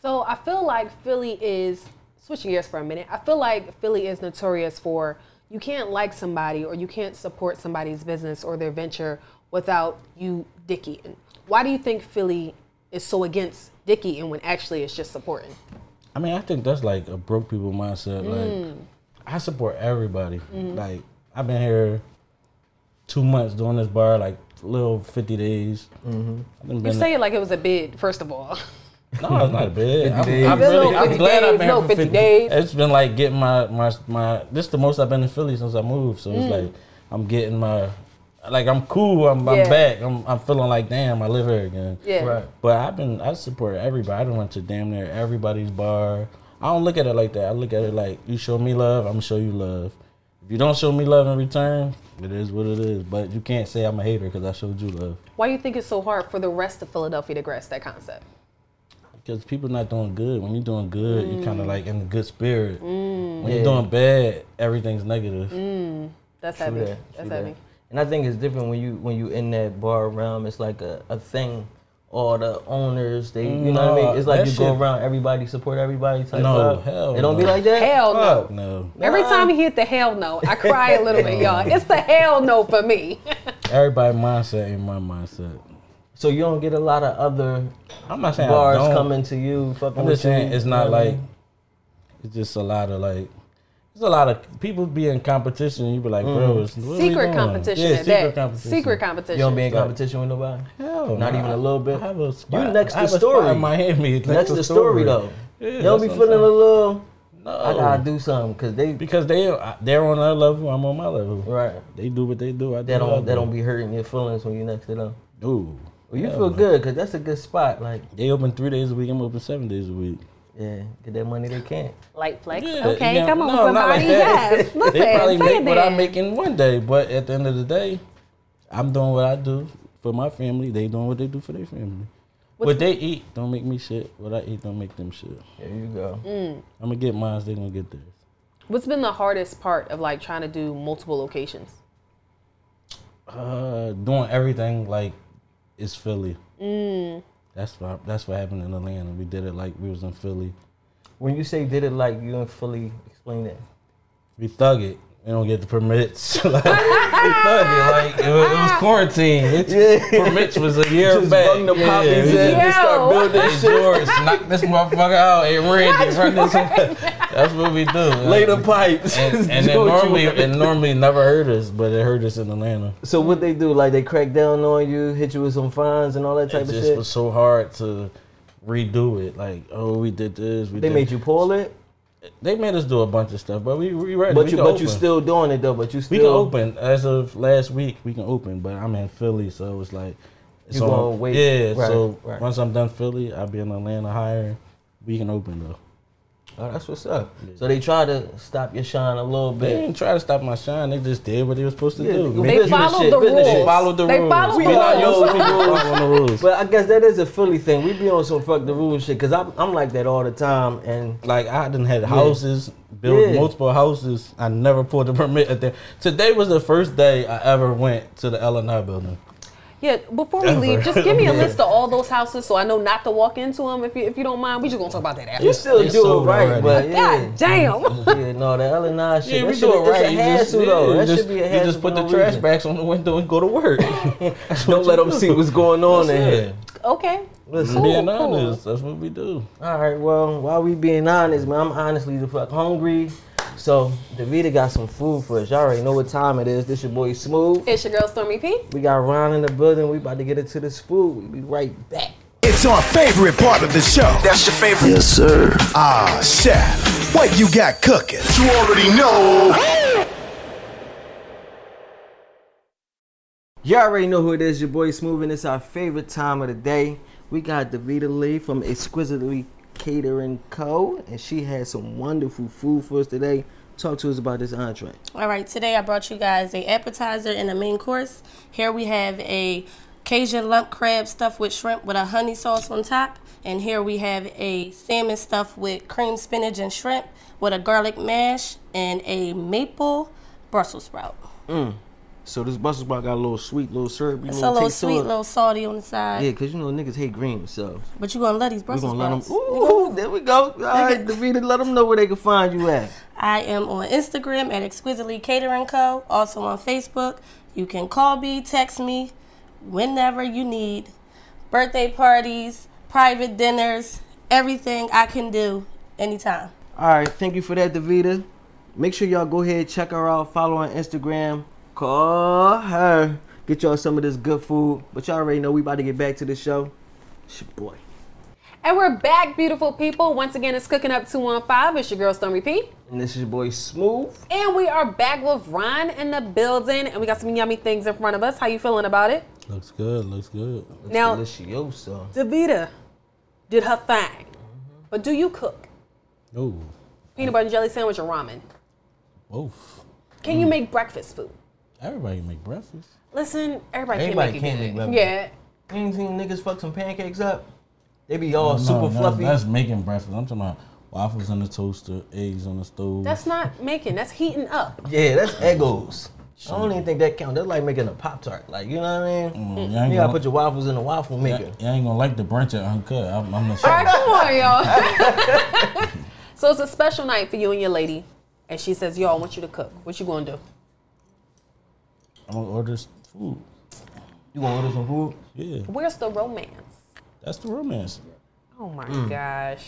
[SPEAKER 5] So I feel like Philly is switching gears for a minute. I feel like Philly is notorious for you can't like somebody or you can't support somebody's business or their venture without you dick eating. Why do you think Philly is so against dick eating when actually it's just supporting?
[SPEAKER 6] I mean, I think that's like a broke people mindset.
[SPEAKER 5] Mm.
[SPEAKER 6] Like, I support everybody.
[SPEAKER 5] Mm-hmm.
[SPEAKER 6] Like, I've been here two months doing this bar, like little fifty days. I've been
[SPEAKER 5] You
[SPEAKER 6] been-
[SPEAKER 5] say it like it was a bid, first of all.
[SPEAKER 6] no, it's not a bit. I'm,
[SPEAKER 4] days.
[SPEAKER 6] I'm
[SPEAKER 5] Little
[SPEAKER 6] really, I'm
[SPEAKER 5] 50
[SPEAKER 6] glad I've
[SPEAKER 5] days,
[SPEAKER 6] been
[SPEAKER 5] no
[SPEAKER 6] here for
[SPEAKER 5] 50
[SPEAKER 6] 50
[SPEAKER 5] days.
[SPEAKER 6] It's been like getting my my my. This is the most I've been in Philly since I moved. So
[SPEAKER 5] Mm.
[SPEAKER 6] it's like I'm getting my. Like I'm cool, I'm,
[SPEAKER 5] Yeah.
[SPEAKER 6] I'm back. I'm, I'm feeling like damn, I live here again.
[SPEAKER 5] Yeah.
[SPEAKER 4] Right.
[SPEAKER 6] But I've been I support everybody. I done went to damn near everybody's bar. I don't look at it like that. I look at it like you show me love, I'm gonna show you love. If you don't show me love in return, it is what it is. But you can't say I'm a hater because I showed you love.
[SPEAKER 5] Why do you think it's so hard for the rest of Philadelphia to grasp that concept?
[SPEAKER 6] Because people not doing good. When you're doing good, you're kind of like in the good spirit. When you're doing bad, everything's negative.
[SPEAKER 5] That's
[SPEAKER 4] True
[SPEAKER 5] heavy.
[SPEAKER 4] that,
[SPEAKER 5] That's
[SPEAKER 4] true that.
[SPEAKER 5] heavy.
[SPEAKER 4] And I think it's different when you when you in that bar realm. It's like a, a thing. All the owners, they you know what I
[SPEAKER 6] No,
[SPEAKER 4] mean. It's like
[SPEAKER 6] that
[SPEAKER 4] you go
[SPEAKER 6] shit-
[SPEAKER 4] around, everybody support everybody type.
[SPEAKER 6] No,
[SPEAKER 4] vibe.
[SPEAKER 6] hell
[SPEAKER 4] it don't be
[SPEAKER 6] no.
[SPEAKER 4] like that.
[SPEAKER 5] Hell no.
[SPEAKER 6] Fuck no.
[SPEAKER 5] Every time he hit the hell no, I cry a little bit, y'all. It's the hell no for me.
[SPEAKER 6] Everybody mindset ain't my mindset.
[SPEAKER 4] So you don't get a lot of other
[SPEAKER 6] I'm not saying I
[SPEAKER 4] bars
[SPEAKER 6] don't.
[SPEAKER 4] coming to you. Fucking
[SPEAKER 6] I'm
[SPEAKER 4] with
[SPEAKER 6] just saying
[SPEAKER 4] you,
[SPEAKER 6] it's
[SPEAKER 4] you
[SPEAKER 6] not
[SPEAKER 4] know what I
[SPEAKER 6] like
[SPEAKER 4] mean?
[SPEAKER 6] it's just a lot of like it's a lot of people be in competition. You be like,
[SPEAKER 4] Mm.
[SPEAKER 6] bro, it's, what are we
[SPEAKER 5] secret
[SPEAKER 6] doing?
[SPEAKER 5] competition
[SPEAKER 6] Yeah,
[SPEAKER 5] at
[SPEAKER 6] secret
[SPEAKER 5] that.
[SPEAKER 6] competition.
[SPEAKER 5] Secret competition.
[SPEAKER 4] you don't be in
[SPEAKER 6] Right.
[SPEAKER 4] competition with nobody.
[SPEAKER 6] Hell,
[SPEAKER 4] Not
[SPEAKER 6] nah.
[SPEAKER 4] even a little bit?
[SPEAKER 6] I have a spot.
[SPEAKER 4] next
[SPEAKER 6] I have
[SPEAKER 4] to
[SPEAKER 6] a spot
[SPEAKER 4] story.
[SPEAKER 6] in Miami. Next,
[SPEAKER 4] That's
[SPEAKER 6] to
[SPEAKER 4] the story though.
[SPEAKER 6] Yeah,
[SPEAKER 4] you don't be
[SPEAKER 6] that's what I'm
[SPEAKER 4] feeling a little.
[SPEAKER 6] No,
[SPEAKER 4] I gotta do something because they
[SPEAKER 6] because they uh, they're on their level. I'm on my level.
[SPEAKER 4] right.
[SPEAKER 6] They do what they do. I do
[SPEAKER 4] That
[SPEAKER 6] what I
[SPEAKER 4] don't that
[SPEAKER 6] do.
[SPEAKER 4] don't be hurting your feelings when you next to them.
[SPEAKER 6] Ooh.
[SPEAKER 4] Well, you
[SPEAKER 6] Hell
[SPEAKER 4] feel
[SPEAKER 6] no.
[SPEAKER 4] good because that's a good spot. Like
[SPEAKER 6] They open three days a week. I'm open seven days a week.
[SPEAKER 4] yeah, get that money they can't.
[SPEAKER 5] Light flex.
[SPEAKER 6] Yeah,
[SPEAKER 5] okay,
[SPEAKER 6] Uh, you know,
[SPEAKER 5] come on,
[SPEAKER 6] no, not
[SPEAKER 5] somebody.
[SPEAKER 6] like that.
[SPEAKER 5] yes, listen,
[SPEAKER 6] they probably
[SPEAKER 5] say
[SPEAKER 6] make
[SPEAKER 5] it
[SPEAKER 6] what I
[SPEAKER 5] then.
[SPEAKER 6] make in one day, but at the end of the day, I'm doing what I do for my family. They doing what they do for their family. what they eat don't make me shit. What I eat don't make them shit.
[SPEAKER 4] There you go.
[SPEAKER 6] I'm gonna get mine. They gonna get theirs.
[SPEAKER 5] What's been the hardest part of like trying to do multiple locations?
[SPEAKER 6] Uh, doing everything like it's Philly.
[SPEAKER 5] Mm.
[SPEAKER 6] That's what that's what happened in Atlanta. We did it like we was in Philly.
[SPEAKER 4] When you say did it like you and Philly, explain that.
[SPEAKER 6] we thug it. We don't get the permits. like, we thug it. Like it was, it was quarantine. It's, Permits was a year
[SPEAKER 4] Just
[SPEAKER 6] back.
[SPEAKER 4] bung the poppies
[SPEAKER 6] we
[SPEAKER 4] in
[SPEAKER 6] just-
[SPEAKER 5] and start Yo. building
[SPEAKER 6] Hey, George, knock this motherfucker out. It ran this right this. That's what we do.
[SPEAKER 4] Lay the pipes.
[SPEAKER 6] and, and it
[SPEAKER 4] Do what you
[SPEAKER 6] normally
[SPEAKER 4] want.
[SPEAKER 6] it normally never hurt us, but it hurt us in Atlanta.
[SPEAKER 4] so what they do? Like they crack down on you, hit you with some fines and all that type
[SPEAKER 6] It
[SPEAKER 4] of
[SPEAKER 6] just
[SPEAKER 4] shit.
[SPEAKER 6] was so hard to redo it. Like, oh, we did this. We
[SPEAKER 4] they
[SPEAKER 6] did.
[SPEAKER 4] made you pull it,
[SPEAKER 6] They made us do a bunch of stuff, but we we ready.
[SPEAKER 4] but
[SPEAKER 6] we
[SPEAKER 4] you
[SPEAKER 6] can
[SPEAKER 4] but you
[SPEAKER 6] open.
[SPEAKER 4] still doing it though. But you still
[SPEAKER 6] We can open as of last week. We can open, but I'm in Philly, so it's like it's
[SPEAKER 4] You
[SPEAKER 6] on-
[SPEAKER 4] gonna wait.
[SPEAKER 6] Yeah,
[SPEAKER 4] Right,
[SPEAKER 6] so
[SPEAKER 4] right.
[SPEAKER 6] once I'm done Philly, I'll be in Atlanta higher. We can open though.
[SPEAKER 4] Oh, that's what's up. So they try to stop your shine a little
[SPEAKER 6] They
[SPEAKER 4] bit.
[SPEAKER 6] didn't try to stop my shine. They just did what they were supposed to
[SPEAKER 4] Yeah,
[SPEAKER 6] do.
[SPEAKER 4] they-
[SPEAKER 6] Make-
[SPEAKER 5] They
[SPEAKER 4] Business
[SPEAKER 5] followed
[SPEAKER 4] shit,
[SPEAKER 5] the rules.
[SPEAKER 4] business shit.
[SPEAKER 6] followed the
[SPEAKER 5] they
[SPEAKER 6] rules.
[SPEAKER 5] Followed
[SPEAKER 4] We
[SPEAKER 5] the
[SPEAKER 4] not
[SPEAKER 5] rules.
[SPEAKER 4] used to people
[SPEAKER 6] Follow the rules.
[SPEAKER 4] But I guess that is a Philly thing. We be on some fuck the rules shit because I'm I'm like that all the time. And
[SPEAKER 6] like I didn't had houses, built
[SPEAKER 4] Yeah.
[SPEAKER 6] multiple houses. I never pulled a permit at there. Today was the first day I ever went to the LNI building.
[SPEAKER 5] Yeah, before we leave, just give me a list of all those houses so I know not to walk into them if you, if you don't mind. We just gonna talk about that after.
[SPEAKER 4] you still
[SPEAKER 6] it's
[SPEAKER 4] do it
[SPEAKER 6] sold
[SPEAKER 4] right,
[SPEAKER 6] already.
[SPEAKER 4] but yeah.
[SPEAKER 5] God damn.
[SPEAKER 4] Yeah, no, the L and I shit.
[SPEAKER 6] Yeah,
[SPEAKER 4] that
[SPEAKER 6] we
[SPEAKER 4] shit
[SPEAKER 6] do it
[SPEAKER 4] is- it's
[SPEAKER 6] right.
[SPEAKER 4] a
[SPEAKER 6] You
[SPEAKER 4] hassle
[SPEAKER 6] just-
[SPEAKER 4] though.
[SPEAKER 6] yeah,
[SPEAKER 4] That
[SPEAKER 6] you
[SPEAKER 4] should be a
[SPEAKER 6] just-
[SPEAKER 4] hassle.
[SPEAKER 6] You just
[SPEAKER 4] for
[SPEAKER 6] put the
[SPEAKER 4] no
[SPEAKER 6] trash
[SPEAKER 4] reason.
[SPEAKER 6] bags on the window and go to work.
[SPEAKER 4] Don't let them see what's going on in here.
[SPEAKER 5] okay.
[SPEAKER 4] Listen.
[SPEAKER 5] Cool,
[SPEAKER 6] Being
[SPEAKER 5] cool.
[SPEAKER 6] honest, that's what we do.
[SPEAKER 4] All right, well, while we being honest, man, I'm honestly the fuck hungry. So Davita got some food for us. Y'all already know what time it is. This your boy Smooth.
[SPEAKER 5] It's your girl Stormy P.
[SPEAKER 4] We got Ron in the building. We about to get into this food. We be right back.
[SPEAKER 2] It's our favorite part of the show.
[SPEAKER 1] That's your favorite. Yes, sir.
[SPEAKER 2] Ah, chef, what you got cooking?
[SPEAKER 1] You already know.
[SPEAKER 4] Y'all already know who it is, your boy Smooth, and it's our favorite time of the day. We got Davita Lee from Exquisitely Catering Co., and she has some wonderful food for us today. Talk to us about this entree.
[SPEAKER 3] All right, today I brought you guys a appetizer and a main course. Here we have a Cajun lump crab stuffed with shrimp with a honey sauce on top, and here we have a salmon stuffed with cream spinach and shrimp with a garlic mash and a maple Brussels sprout.
[SPEAKER 4] So this Brussels sprout got a little sweet, little syrup. You
[SPEAKER 3] It's
[SPEAKER 4] know,
[SPEAKER 3] a little
[SPEAKER 4] taste to
[SPEAKER 3] sweet,
[SPEAKER 4] it.
[SPEAKER 3] little salty on the side.
[SPEAKER 4] Yeah, because you know niggas hate green, so
[SPEAKER 3] But you gonna let these
[SPEAKER 4] we're
[SPEAKER 3] Brussels
[SPEAKER 4] going to let
[SPEAKER 3] sprouts.
[SPEAKER 4] them. Ooh, there we go. All right, Davita, let them know where they can find you at.
[SPEAKER 3] I am on Instagram at Exquisitely Catering Co. Also on Facebook. You can call me, text me, whenever you need. Birthday parties, private dinners, everything I can do anytime.
[SPEAKER 4] All right, thank you for that, Davita. Make sure y'all go ahead, check her out, follow her on Instagram, call her, get y'all some of this good food. But y'all already know we about to get back to the show. It's your boy.
[SPEAKER 5] And we're back, beautiful people. Once again, it's Cooking Up 215. It's your girl, Stormy P.
[SPEAKER 4] And this is your boy Smooth.
[SPEAKER 5] And we are back with Ron in the building. And we got some yummy things in front of us. How you feeling about it?
[SPEAKER 6] Looks good. Looks good.
[SPEAKER 5] Now,
[SPEAKER 4] Delicioso.
[SPEAKER 5] Davita did her thing. But do you cook
[SPEAKER 6] Oh,
[SPEAKER 5] peanut butter and jelly sandwich or ramen?
[SPEAKER 6] both.
[SPEAKER 5] Can
[SPEAKER 4] Mm.
[SPEAKER 5] you make breakfast food?
[SPEAKER 6] Everybody can make breakfast.
[SPEAKER 5] Listen, everybody,
[SPEAKER 4] Everybody
[SPEAKER 5] can't
[SPEAKER 4] can't
[SPEAKER 5] make it
[SPEAKER 4] make
[SPEAKER 5] good.
[SPEAKER 4] breakfast.
[SPEAKER 5] Yeah.
[SPEAKER 4] You ain't seen niggas fuck some pancakes up? They be all
[SPEAKER 6] No,
[SPEAKER 4] Oh, super
[SPEAKER 6] no,
[SPEAKER 4] fluffy.
[SPEAKER 6] That's making breakfast. I'm talking about waffles on the toaster, eggs on the stove.
[SPEAKER 5] That's not making, that's heating up.
[SPEAKER 4] yeah, that's Eggos. I don't even think that count. That's like making a Pop Tart. Like, you know what I mean?
[SPEAKER 6] you ain't
[SPEAKER 4] You
[SPEAKER 6] gonna-
[SPEAKER 4] gotta put your waffles in the waffle maker.
[SPEAKER 6] you ain't gonna like the brunch at Uncut. I'm, I'm not
[SPEAKER 5] All right,
[SPEAKER 6] sure.
[SPEAKER 5] come on, y'all. so it's a special night for you and your lady. And she says, Yo, I want you to cook. What you gonna do?
[SPEAKER 6] I'm gonna order s- food.
[SPEAKER 4] You gonna order some food?
[SPEAKER 6] Yeah,
[SPEAKER 5] Where's the romance?
[SPEAKER 6] that's the romance.
[SPEAKER 5] Oh my
[SPEAKER 4] Hmm.
[SPEAKER 5] gosh.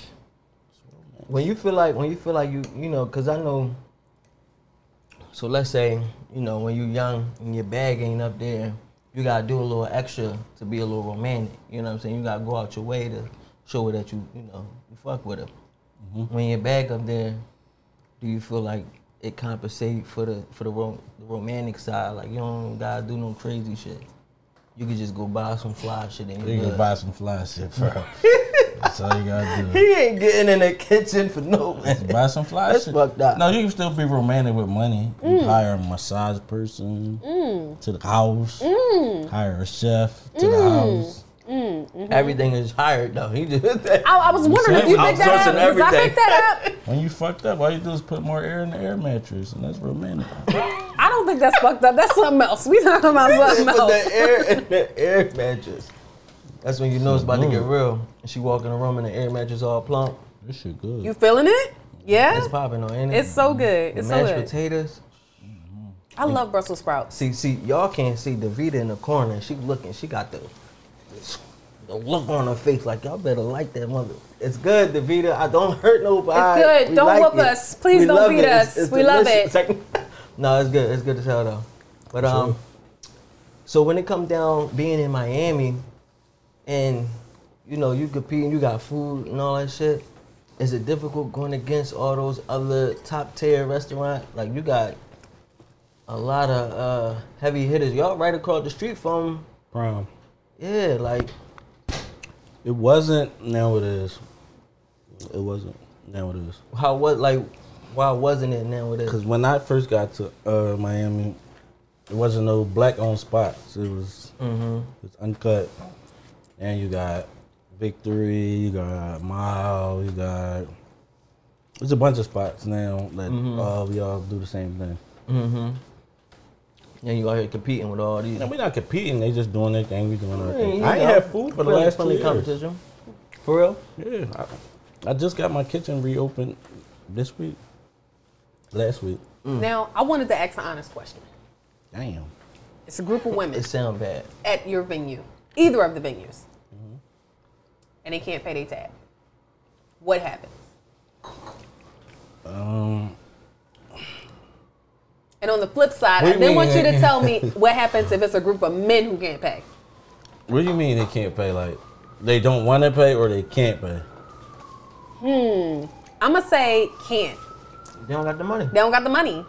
[SPEAKER 4] when you feel like when you feel like you you know because i know so let's say you know when you young and your bag ain't up there you gotta do a little extra to be a little romantic you know what i'm saying you gotta go out your way to show her that you you know you fuck with her
[SPEAKER 6] Mm-hmm.
[SPEAKER 4] when your bag up there do you feel like it compensate for the for the, rom- the romantic side like you don't gotta do no crazy shit you could just go buy some fly shit and
[SPEAKER 6] You
[SPEAKER 4] you
[SPEAKER 6] can
[SPEAKER 4] good.
[SPEAKER 6] buy some fly shit, bro. that's all you gotta do.
[SPEAKER 4] he ain't getting in the kitchen for no man.
[SPEAKER 6] Buy some fly
[SPEAKER 4] That's
[SPEAKER 6] shit.
[SPEAKER 4] fucked up.
[SPEAKER 6] No, you can still be romantic with money. You hire a massage person to the house. Hire a chef to the house.
[SPEAKER 4] Everything is hired though. He just
[SPEAKER 5] I, I was wondering if you picked that up.
[SPEAKER 4] Outsourcing
[SPEAKER 5] Because I
[SPEAKER 4] everything.
[SPEAKER 5] picked that up.
[SPEAKER 6] When you fucked up, all you do is put more air in the air mattress, and that's romantic.
[SPEAKER 5] I don't think that's fucked up. That's something else. We talking about
[SPEAKER 4] put
[SPEAKER 5] something
[SPEAKER 4] the
[SPEAKER 5] else.
[SPEAKER 4] air in the air mattress. That's when you know it's about to get
[SPEAKER 6] Mm.
[SPEAKER 4] real. And she walk in the room and the air mattress all plump.
[SPEAKER 6] this shit good.
[SPEAKER 5] You feeling it?
[SPEAKER 4] It's
[SPEAKER 5] Yeah.
[SPEAKER 4] popping on ain't it?
[SPEAKER 5] It's so good. It's so
[SPEAKER 4] mashed
[SPEAKER 5] good.
[SPEAKER 4] potatoes.
[SPEAKER 5] I love Brussels sprouts.
[SPEAKER 4] See, see, y'all can't see Davita in the corner. She looking. She got the, the look on her face like y'all better like that mother. It's good, Davita. I don't hurt nobody.
[SPEAKER 5] It's good.
[SPEAKER 4] We
[SPEAKER 5] Don't
[SPEAKER 4] like
[SPEAKER 5] whoop
[SPEAKER 4] it.
[SPEAKER 5] us. Please don't
[SPEAKER 4] love
[SPEAKER 5] beat
[SPEAKER 4] it.
[SPEAKER 5] us. We love
[SPEAKER 4] delicious. It's like- no, it's good. It's good to tell though. But um, so when it comes down being in Miami, and you know you competing, you got food and all that shit. Is it difficult going against all those other top tier restaurants? Like you got a lot of uh, heavy hitters. Y'all right across the street from
[SPEAKER 6] Prime.
[SPEAKER 4] yeah, like
[SPEAKER 6] It wasn't. Now it is. It wasn't. Now it is.
[SPEAKER 4] how was like why wasn't it now it
[SPEAKER 6] Because
[SPEAKER 4] is?
[SPEAKER 6] when I first got to uh, Miami, it wasn't no black owned spots. It was
[SPEAKER 4] Mm-hmm.
[SPEAKER 6] it was uncut. And you got Victory, you got Mile, you got. There's a bunch of spots now that
[SPEAKER 4] Mm-hmm.
[SPEAKER 6] uh, we all do the same thing.
[SPEAKER 4] And you out here competing with all these.
[SPEAKER 6] And we're not competing, they just doing their thing, we doing our thing.
[SPEAKER 4] you
[SPEAKER 6] I ain't
[SPEAKER 4] know,
[SPEAKER 6] had food for
[SPEAKER 4] friendly-
[SPEAKER 6] the last two
[SPEAKER 4] friendly
[SPEAKER 6] years.
[SPEAKER 4] competition. For real?
[SPEAKER 6] Yeah, I, I just got my kitchen reopened this week, last week.
[SPEAKER 4] Mm.
[SPEAKER 5] Now, I wanted to ask an honest question.
[SPEAKER 6] Damn.
[SPEAKER 5] It's a group of women
[SPEAKER 4] It sound bad.
[SPEAKER 5] at your venue, either of the venues, and they can't pay their tab. What happens?
[SPEAKER 6] Um,
[SPEAKER 5] And on the flip side, I
[SPEAKER 6] What do you
[SPEAKER 5] then
[SPEAKER 6] mean
[SPEAKER 5] want you
[SPEAKER 6] they
[SPEAKER 5] to tell me what happens if it's a group of men who can't pay.
[SPEAKER 6] what do you mean they can't pay? Like they don't want to pay or they can't pay?
[SPEAKER 5] I'm gonna say can't.
[SPEAKER 4] They don't got the money.
[SPEAKER 5] They don't got the money.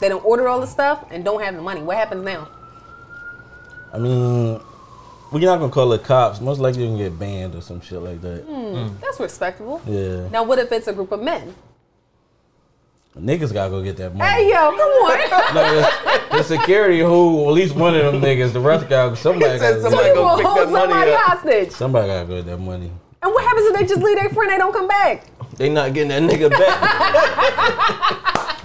[SPEAKER 5] They don't order all the stuff and don't have the money. What happens now?
[SPEAKER 6] I mean, we're not gonna call it cops. Most likely you can get banned or some shit like that.
[SPEAKER 5] That's respectable.
[SPEAKER 6] Yeah,
[SPEAKER 5] Now, what if it's a group of men?
[SPEAKER 6] niggas gotta go get that money.
[SPEAKER 5] Hey, yo, come on.
[SPEAKER 6] Like, the, the security who at least one of them niggas, the rest guy, somebody gotta,
[SPEAKER 5] so you
[SPEAKER 6] somebody,
[SPEAKER 4] go
[SPEAKER 5] gonna
[SPEAKER 4] pick that
[SPEAKER 5] hold
[SPEAKER 4] money
[SPEAKER 5] somebody
[SPEAKER 4] up.
[SPEAKER 5] hostage.
[SPEAKER 6] somebody gotta go get that money.
[SPEAKER 5] And what happens if they just leave their friend? They don't come back.
[SPEAKER 4] They not getting that nigga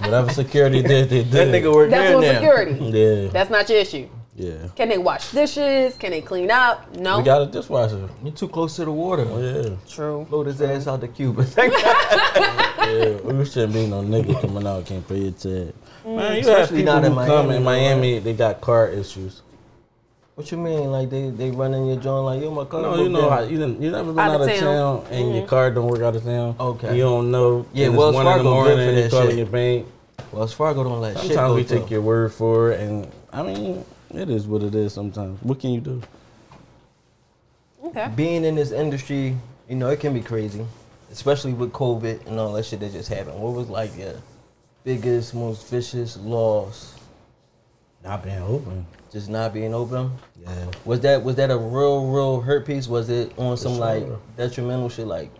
[SPEAKER 4] back.
[SPEAKER 6] Whatever security did, they did.
[SPEAKER 4] that nigga work
[SPEAKER 5] That's
[SPEAKER 4] there
[SPEAKER 5] on
[SPEAKER 4] now.
[SPEAKER 5] security.
[SPEAKER 6] Yeah.
[SPEAKER 5] That's not your issue.
[SPEAKER 6] yeah.
[SPEAKER 5] Can they wash dishes? Can they clean up? No.
[SPEAKER 6] We got a dishwasher.
[SPEAKER 4] You too close to the water.
[SPEAKER 6] Yeah.
[SPEAKER 5] True.
[SPEAKER 4] Float his ass out the cube.
[SPEAKER 6] Yeah. We shouldn't be no nigga coming out can't pay your tab. Man, you have
[SPEAKER 4] Especially
[SPEAKER 6] people
[SPEAKER 4] not in
[SPEAKER 6] who come
[SPEAKER 4] Miami,
[SPEAKER 6] in Miami, they got car issues.
[SPEAKER 4] what you mean? Like they they running your joint like yo my car?
[SPEAKER 6] No,
[SPEAKER 4] broke
[SPEAKER 6] you know
[SPEAKER 4] down.
[SPEAKER 6] how you didn't, you never been
[SPEAKER 5] Out
[SPEAKER 6] out
[SPEAKER 5] of
[SPEAKER 6] of
[SPEAKER 5] town.
[SPEAKER 6] town, and your car don't work out of town.
[SPEAKER 4] Okay.
[SPEAKER 6] You don't know.
[SPEAKER 4] Yeah,
[SPEAKER 6] and it's
[SPEAKER 4] Wells
[SPEAKER 6] one in
[SPEAKER 4] Fargo
[SPEAKER 6] the
[SPEAKER 4] good
[SPEAKER 6] morning
[SPEAKER 4] for
[SPEAKER 6] and you
[SPEAKER 4] that
[SPEAKER 6] calling
[SPEAKER 4] shit.
[SPEAKER 6] your bank.
[SPEAKER 4] Wells Fargo don't let shit
[SPEAKER 6] Sometimes
[SPEAKER 4] go
[SPEAKER 6] we
[SPEAKER 4] through.
[SPEAKER 6] take your word for it, and I mean, it is what it is. Sometimes, what can you do?
[SPEAKER 5] Okay.
[SPEAKER 4] being in this industry, you know, it can be crazy, especially with COVID and all that shit that just happened. What was like your biggest, most vicious loss?
[SPEAKER 6] Not being open.
[SPEAKER 4] Just not being open.
[SPEAKER 6] Yeah.
[SPEAKER 4] Was that was that a real, real hurt piece? Was it on some like
[SPEAKER 6] sure.
[SPEAKER 4] detrimental shit? Like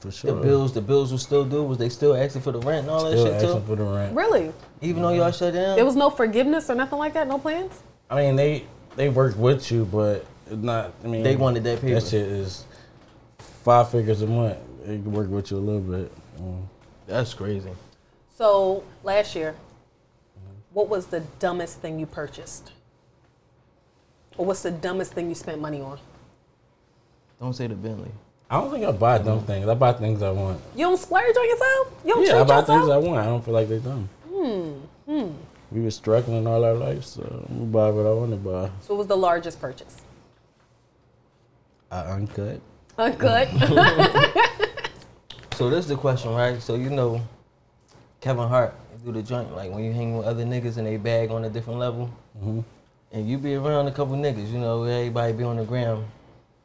[SPEAKER 6] For sure.
[SPEAKER 4] the bills, the bills will still do. Was they still asking for the rent and all that
[SPEAKER 6] Still
[SPEAKER 4] shit
[SPEAKER 6] asking
[SPEAKER 4] too?
[SPEAKER 6] for the rent.
[SPEAKER 5] Really?
[SPEAKER 4] Even though y'all shut down.
[SPEAKER 5] There was no forgiveness or nothing like that? No plans?
[SPEAKER 6] I mean, they they work with you, but it's not. I mean,
[SPEAKER 4] They wanted that paper.
[SPEAKER 6] That shit is five figures a month. They can work with you a little bit. Mm.
[SPEAKER 4] That's crazy.
[SPEAKER 5] So last year, what was the dumbest thing you purchased? Or what's the dumbest thing you spent money on?
[SPEAKER 4] Don't say the Bentley.
[SPEAKER 6] I don't think I buy dumb things. I buy things I want.
[SPEAKER 5] You don't splurge on yourself? You don't
[SPEAKER 6] Yeah, I
[SPEAKER 5] treat
[SPEAKER 6] buy things uh, I
[SPEAKER 5] yourself?
[SPEAKER 6] want. I don't feel like they dumb. Hmm. We were struggling all our life, so I'm gonna buy what I want to buy.
[SPEAKER 5] So what was the largest purchase?
[SPEAKER 6] I uncut.
[SPEAKER 5] Uncut.
[SPEAKER 4] So this is the question, right? So you know, Kevin Hart do the joint like when you hang with other niggas and they bag on a different level,
[SPEAKER 6] Mm-hmm.
[SPEAKER 4] and you be around a couple niggas, you know, everybody be on the gram.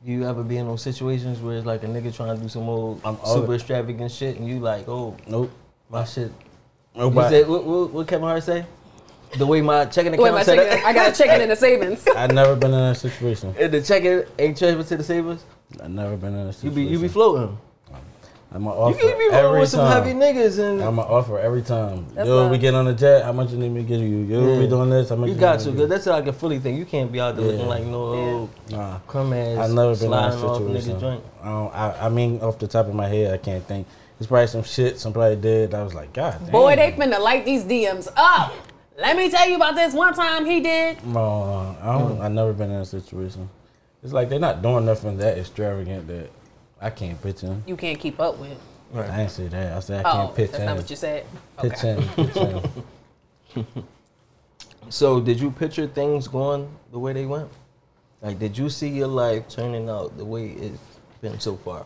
[SPEAKER 4] You ever be in those situations where it's like a nigga trying to do some old
[SPEAKER 6] I'm all-
[SPEAKER 4] super extravagant shit, and you like, oh,
[SPEAKER 6] Nope.
[SPEAKER 4] my shit. You
[SPEAKER 6] Nobody.
[SPEAKER 4] said, what, what, what Kevin Hart say? The way my checking
[SPEAKER 5] Wait,
[SPEAKER 4] account
[SPEAKER 5] my
[SPEAKER 4] set
[SPEAKER 5] chicken.
[SPEAKER 4] up,
[SPEAKER 5] I got a chicken in the savings.
[SPEAKER 6] I've never been in that situation.
[SPEAKER 4] and the checking ain't transferred to the savers.
[SPEAKER 6] I've never been in that
[SPEAKER 4] You
[SPEAKER 6] situation.
[SPEAKER 4] be you be floating.
[SPEAKER 6] I'm an
[SPEAKER 4] You
[SPEAKER 6] offer
[SPEAKER 4] be, you be rolling
[SPEAKER 6] every
[SPEAKER 4] with some
[SPEAKER 6] time.
[SPEAKER 4] heavy niggas, and
[SPEAKER 6] I'm an offer every time.
[SPEAKER 5] That's
[SPEAKER 6] Yo,
[SPEAKER 5] love.
[SPEAKER 6] we get on the jet. How much you need me to give you? Yo, we
[SPEAKER 4] Yeah.
[SPEAKER 6] doing this. How much
[SPEAKER 4] You got to,
[SPEAKER 6] need me
[SPEAKER 4] because
[SPEAKER 6] give
[SPEAKER 4] that's like a fully thing. You can't be out there
[SPEAKER 6] Yeah.
[SPEAKER 4] looking like no old
[SPEAKER 6] you? Nah,
[SPEAKER 4] crumb ass
[SPEAKER 6] I've never been in that
[SPEAKER 4] sliding off
[SPEAKER 6] situation.
[SPEAKER 4] nigga joint.
[SPEAKER 6] I, don't, I, I mean, off the top of my head, I can't think. It's probably some shit somebody did. that I was like, God, damn.
[SPEAKER 5] Boy, they finna light these DMs up. Let me tell you about this one time he did.
[SPEAKER 6] No, I
[SPEAKER 4] Mm.
[SPEAKER 6] don't. I've never been in a situation. It's like they're not doing nothing that extravagant that I can't pitch in.
[SPEAKER 5] You can't keep up with.
[SPEAKER 6] I ain't say that. I said I
[SPEAKER 5] Oh,
[SPEAKER 6] can't pitch
[SPEAKER 5] that's not what you
[SPEAKER 6] in.
[SPEAKER 5] said.
[SPEAKER 6] Pitch
[SPEAKER 5] Okay.
[SPEAKER 6] in. Pitch in.
[SPEAKER 4] So, did you picture things going the way they went? Like, did you see your life turning out the way it's been so far?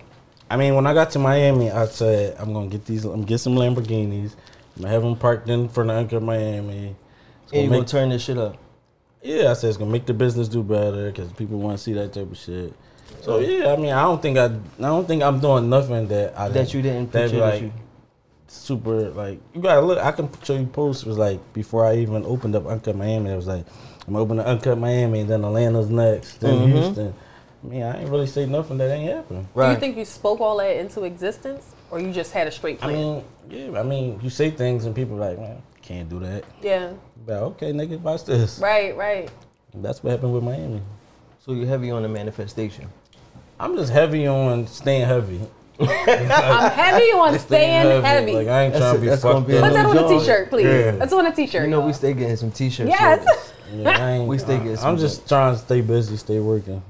[SPEAKER 6] I mean, when I got to Miami, I said I'm gonna get these. I'm gonna get some Lamborghinis. I'm gonna have them parked in front of Uncle Miami. It's
[SPEAKER 4] And you
[SPEAKER 6] make-
[SPEAKER 4] gonna turn this shit up?
[SPEAKER 6] Yeah, I said it's gonna make the business do better because people want to see that type of shit. So yeah, I mean, I don't think I, I don't think I'm doing nothing that I
[SPEAKER 4] That you didn't
[SPEAKER 6] that
[SPEAKER 4] picture that
[SPEAKER 6] like
[SPEAKER 4] you-
[SPEAKER 6] super like you gotta look. I can show you posts was like before I even opened up Uncut Miami. It was like I'm opening Uncut Miami, then Atlanta's next, then
[SPEAKER 4] Mm-hmm.
[SPEAKER 6] Houston. I mean, I ain't really say nothing that ain't happened.
[SPEAKER 5] Do you think you spoke all that into existence, or you just had a straight
[SPEAKER 6] I
[SPEAKER 5] plan?
[SPEAKER 6] mean, yeah, I mean, you say things and people like, man, can't do that.
[SPEAKER 5] yeah.
[SPEAKER 6] But okay, nigga, watch this.
[SPEAKER 5] Right. Right.
[SPEAKER 6] That's what happened with Miami.
[SPEAKER 4] So you're heavy on the manifestation.
[SPEAKER 6] I'm just heavy on staying heavy.
[SPEAKER 5] I'm heavy on staying heavy.
[SPEAKER 6] Like I ain't
[SPEAKER 4] That's
[SPEAKER 6] trying
[SPEAKER 4] it,
[SPEAKER 6] to be
[SPEAKER 4] that's
[SPEAKER 6] fucked
[SPEAKER 4] gonna be
[SPEAKER 6] up.
[SPEAKER 5] Put that on a
[SPEAKER 4] Joy.
[SPEAKER 5] t-shirt, please.
[SPEAKER 6] Yeah.
[SPEAKER 5] That's on a t-shirt.
[SPEAKER 4] You know, we
[SPEAKER 5] y'all.
[SPEAKER 4] stay getting some t-shirts.
[SPEAKER 5] Yes.
[SPEAKER 4] shortly.
[SPEAKER 6] Yeah, I ain't-
[SPEAKER 4] We still get
[SPEAKER 6] I'm
[SPEAKER 4] some
[SPEAKER 6] just trying to stay busy, stay working.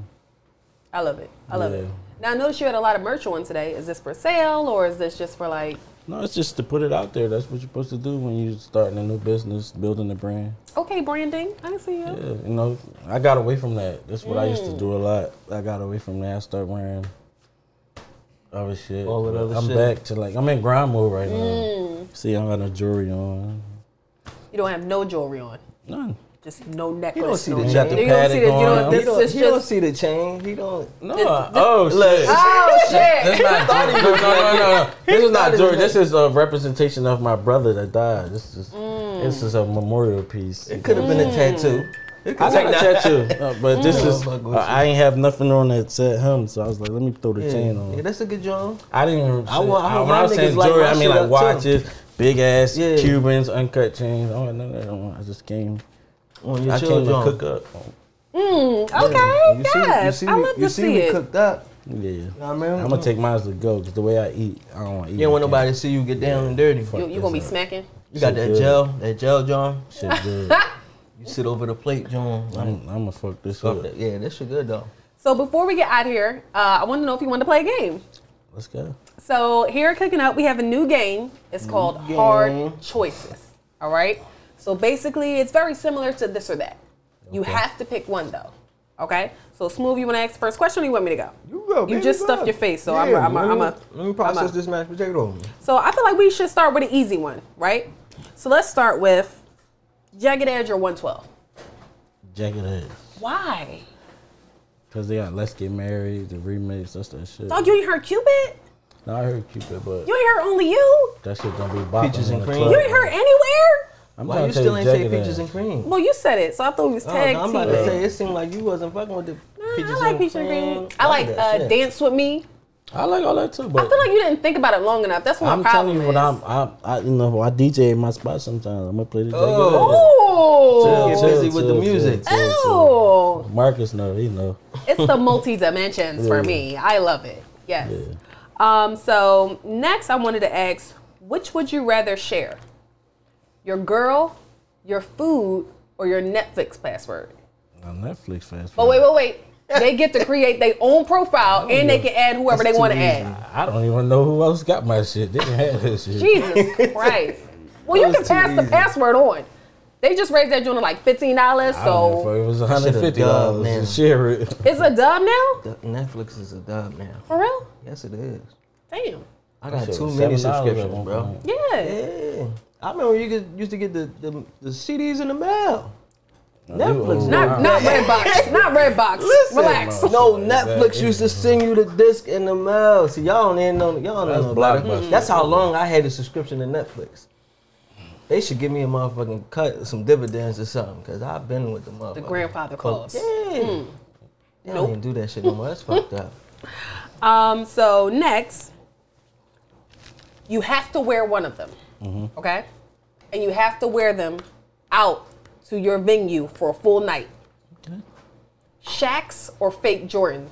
[SPEAKER 5] I love it. I love it.
[SPEAKER 6] Yeah.
[SPEAKER 5] Now I noticed you had a lot of merch on today. Is this for sale or is this just for like?
[SPEAKER 6] No, it's just to put it out there. That's what you're supposed to do when you're starting a new business, building a brand.
[SPEAKER 5] Okay, branding. I can see you.
[SPEAKER 6] Yeah, you know, I got away from that. That's what I used
[SPEAKER 4] Mm.
[SPEAKER 6] to do a lot. I got away from that. I started wearing other shit.
[SPEAKER 4] All that
[SPEAKER 6] But
[SPEAKER 4] other
[SPEAKER 6] I'm
[SPEAKER 4] shit.
[SPEAKER 6] back to like I'm in grind mode right now.
[SPEAKER 4] Mm.
[SPEAKER 6] See, I don't got no jewelry on.
[SPEAKER 5] You don't have no jewelry on.
[SPEAKER 6] None.
[SPEAKER 5] Just no
[SPEAKER 4] He don't
[SPEAKER 5] necklace.
[SPEAKER 4] see
[SPEAKER 5] no
[SPEAKER 4] the
[SPEAKER 5] ring.
[SPEAKER 6] You got the
[SPEAKER 4] chain.
[SPEAKER 5] You don't see
[SPEAKER 6] padding
[SPEAKER 5] the- you don't-
[SPEAKER 6] on.
[SPEAKER 4] He
[SPEAKER 5] this-
[SPEAKER 4] don't,
[SPEAKER 5] is
[SPEAKER 4] he don't
[SPEAKER 5] just-
[SPEAKER 4] see the chain. He don't.
[SPEAKER 6] No. oh shit.
[SPEAKER 5] Oh
[SPEAKER 6] That's
[SPEAKER 5] shit!
[SPEAKER 6] not George. No, no, no, no. This is
[SPEAKER 4] thought
[SPEAKER 6] not
[SPEAKER 4] it
[SPEAKER 6] George.
[SPEAKER 4] was
[SPEAKER 6] This is a representation of my brother that died. This is this is a memorial piece.
[SPEAKER 4] Mm. It could have
[SPEAKER 5] Mm.
[SPEAKER 4] been a tattoo. It
[SPEAKER 6] I
[SPEAKER 4] could
[SPEAKER 6] got a
[SPEAKER 4] have
[SPEAKER 6] tattoo, uh, but this
[SPEAKER 4] Mm.
[SPEAKER 6] is
[SPEAKER 4] Fuck with
[SPEAKER 6] uh, I ain't have nothing on that said him, so I was like, let me throw the chain
[SPEAKER 4] yeah. yeah,
[SPEAKER 6] on.
[SPEAKER 4] that's a good job.
[SPEAKER 6] I didn't even.
[SPEAKER 4] I want- I want
[SPEAKER 6] uh, when I
[SPEAKER 4] my
[SPEAKER 6] was saying
[SPEAKER 4] niggas like
[SPEAKER 6] jewelry,
[SPEAKER 4] my
[SPEAKER 6] I
[SPEAKER 4] shit
[SPEAKER 6] mean like
[SPEAKER 4] up, too.
[SPEAKER 6] watches, big ass
[SPEAKER 4] Yeah.
[SPEAKER 6] Cubans, uncut chains. Oh no, no, no, I just came.
[SPEAKER 4] On your
[SPEAKER 6] I came to
[SPEAKER 4] children.
[SPEAKER 6] cook up.
[SPEAKER 5] Mm, Okay,
[SPEAKER 4] You see, you
[SPEAKER 5] yes,
[SPEAKER 4] see
[SPEAKER 5] I
[SPEAKER 4] me-
[SPEAKER 5] love
[SPEAKER 4] you
[SPEAKER 5] to
[SPEAKER 4] see
[SPEAKER 5] see
[SPEAKER 4] me
[SPEAKER 5] it.
[SPEAKER 4] cooked up.
[SPEAKER 6] Yeah.
[SPEAKER 4] I mean?
[SPEAKER 6] I'm gonna take mine as the go because the way I eat, I don't want to eat.
[SPEAKER 4] You don't want
[SPEAKER 6] like
[SPEAKER 4] nobody to see you get down and dirty.
[SPEAKER 5] You,
[SPEAKER 6] Fuck
[SPEAKER 5] you gonna be
[SPEAKER 6] this up.
[SPEAKER 5] smacking?
[SPEAKER 4] You got that
[SPEAKER 6] Shit good.
[SPEAKER 4] gel, that gel, John.
[SPEAKER 6] that. Shit good.
[SPEAKER 4] You sit over the plate, John.
[SPEAKER 6] I'm, I'm gonna fuck this
[SPEAKER 4] Fuck
[SPEAKER 6] up.
[SPEAKER 4] that. Yeah, that shit good though.
[SPEAKER 5] So before we get out of here, uh, I want to know if you want to play a game.
[SPEAKER 6] Let's go.
[SPEAKER 5] So here at Cooking Up, we have a new game. It's called
[SPEAKER 4] game.
[SPEAKER 5] Hard Choices. All right. So basically, it's very similar to this or that. You
[SPEAKER 6] Okay.
[SPEAKER 5] have to pick one though. Okay. So smooth. You want to ask the first question, or you want me to go?
[SPEAKER 4] You go.
[SPEAKER 5] You just stuffed your face, so I'm. A, I'm. A, I'm. A,
[SPEAKER 4] let me process
[SPEAKER 5] I'm a-
[SPEAKER 4] this mashed potato.
[SPEAKER 5] So I feel like we should start with an easy one, right? So let's start with Jagged Edge or 112.
[SPEAKER 6] Jagged Edge.
[SPEAKER 5] Why?
[SPEAKER 6] Cause they got Let's Get Married, the remix, that's that shit.
[SPEAKER 5] Dog, you ain't heard Cupid?
[SPEAKER 6] No, I heard Cupid, but
[SPEAKER 5] You ain't heard Only You?
[SPEAKER 6] that shit gonna be bopping
[SPEAKER 4] Peaches
[SPEAKER 6] in
[SPEAKER 4] and
[SPEAKER 6] the
[SPEAKER 4] cream.
[SPEAKER 6] club.
[SPEAKER 5] You ain't heard Anywhere?
[SPEAKER 6] I'm
[SPEAKER 4] Why
[SPEAKER 6] trying
[SPEAKER 4] you
[SPEAKER 6] to
[SPEAKER 4] still
[SPEAKER 6] tell
[SPEAKER 4] ain't say
[SPEAKER 6] Jagged
[SPEAKER 4] peaches
[SPEAKER 6] Edge.
[SPEAKER 4] and cream?
[SPEAKER 5] Well, you said it, so I thought we was
[SPEAKER 4] Oh,
[SPEAKER 5] tag
[SPEAKER 4] no, I'm
[SPEAKER 5] team.
[SPEAKER 4] about to say it seemed like you wasn't fucking with the peaches
[SPEAKER 5] Mm, I like
[SPEAKER 4] and
[SPEAKER 5] Peach and Green. I like
[SPEAKER 4] that
[SPEAKER 5] uh,
[SPEAKER 4] shit.
[SPEAKER 5] Dance With Me.
[SPEAKER 6] I like all that too, but
[SPEAKER 5] I feel like you didn't think about it long enough. That's what
[SPEAKER 6] I'm
[SPEAKER 5] my problem
[SPEAKER 6] telling you what
[SPEAKER 5] is.
[SPEAKER 6] I'm. I, I you know I DJ in my spot sometimes. I'm gonna play the Jagged
[SPEAKER 4] Oh.
[SPEAKER 5] Ooh.
[SPEAKER 4] Get
[SPEAKER 6] Edge.
[SPEAKER 4] busy with the music.
[SPEAKER 5] Ooh.
[SPEAKER 6] Marcus know he know.
[SPEAKER 5] It's the multi dimensions for
[SPEAKER 6] Yeah.
[SPEAKER 5] me. I love it. Yes.
[SPEAKER 6] Yeah.
[SPEAKER 5] Um, so next I wanted to ask, which would you rather share? Your girl, your food, or your Netflix password?
[SPEAKER 6] On Netflix fast.
[SPEAKER 5] But Oh, wait, wait, wait. They get to create their own
[SPEAKER 6] Oh,
[SPEAKER 5] profile and they can add whoever they want to add.
[SPEAKER 6] I don't even know who else got my shit. They didn't have this shit.
[SPEAKER 5] Jesus Christ. Well, you
[SPEAKER 4] That
[SPEAKER 5] can
[SPEAKER 4] was too
[SPEAKER 5] pass the
[SPEAKER 4] easy.
[SPEAKER 5] password on. They just raised that joint to like fifteen dollars,
[SPEAKER 6] I don't know
[SPEAKER 5] so
[SPEAKER 6] if it was 150
[SPEAKER 4] dub,
[SPEAKER 6] dollars
[SPEAKER 4] man.
[SPEAKER 6] to share it.
[SPEAKER 5] it's a dub now.
[SPEAKER 4] The- Netflix is a dub now.
[SPEAKER 5] For real?
[SPEAKER 4] Yes, it is.
[SPEAKER 5] Damn.
[SPEAKER 4] I got
[SPEAKER 6] Shit,
[SPEAKER 4] too
[SPEAKER 6] $7
[SPEAKER 4] many
[SPEAKER 6] at
[SPEAKER 4] subscriptions,
[SPEAKER 6] one
[SPEAKER 4] bro.
[SPEAKER 6] point.
[SPEAKER 5] Yeah.
[SPEAKER 4] Yeah. I remember you could, used to get the, the, the CDs in the mail. Netflix.
[SPEAKER 6] old.
[SPEAKER 5] Not not Redbox. Not Redbox. Relax.
[SPEAKER 4] No,
[SPEAKER 6] Exactly.
[SPEAKER 4] Netflix used to send you the disc in the mail. See, y'all don't even know. Y'all don't
[SPEAKER 6] That's
[SPEAKER 4] know about it.
[SPEAKER 6] Blockbuster.
[SPEAKER 4] That's how long I had a subscription to Netflix. They should give me a motherfucking cut, some dividends or something, because I've been with the motherfucker.
[SPEAKER 5] The grandfather clause. Hmm.
[SPEAKER 4] Yeah. They don't even do that shit no more. That's fucked up.
[SPEAKER 5] Um, so next, you have to wear one of them,
[SPEAKER 4] Mm-hmm.
[SPEAKER 5] okay? And you have to wear them out to your venue for a full night. Shacks or fake Jordans?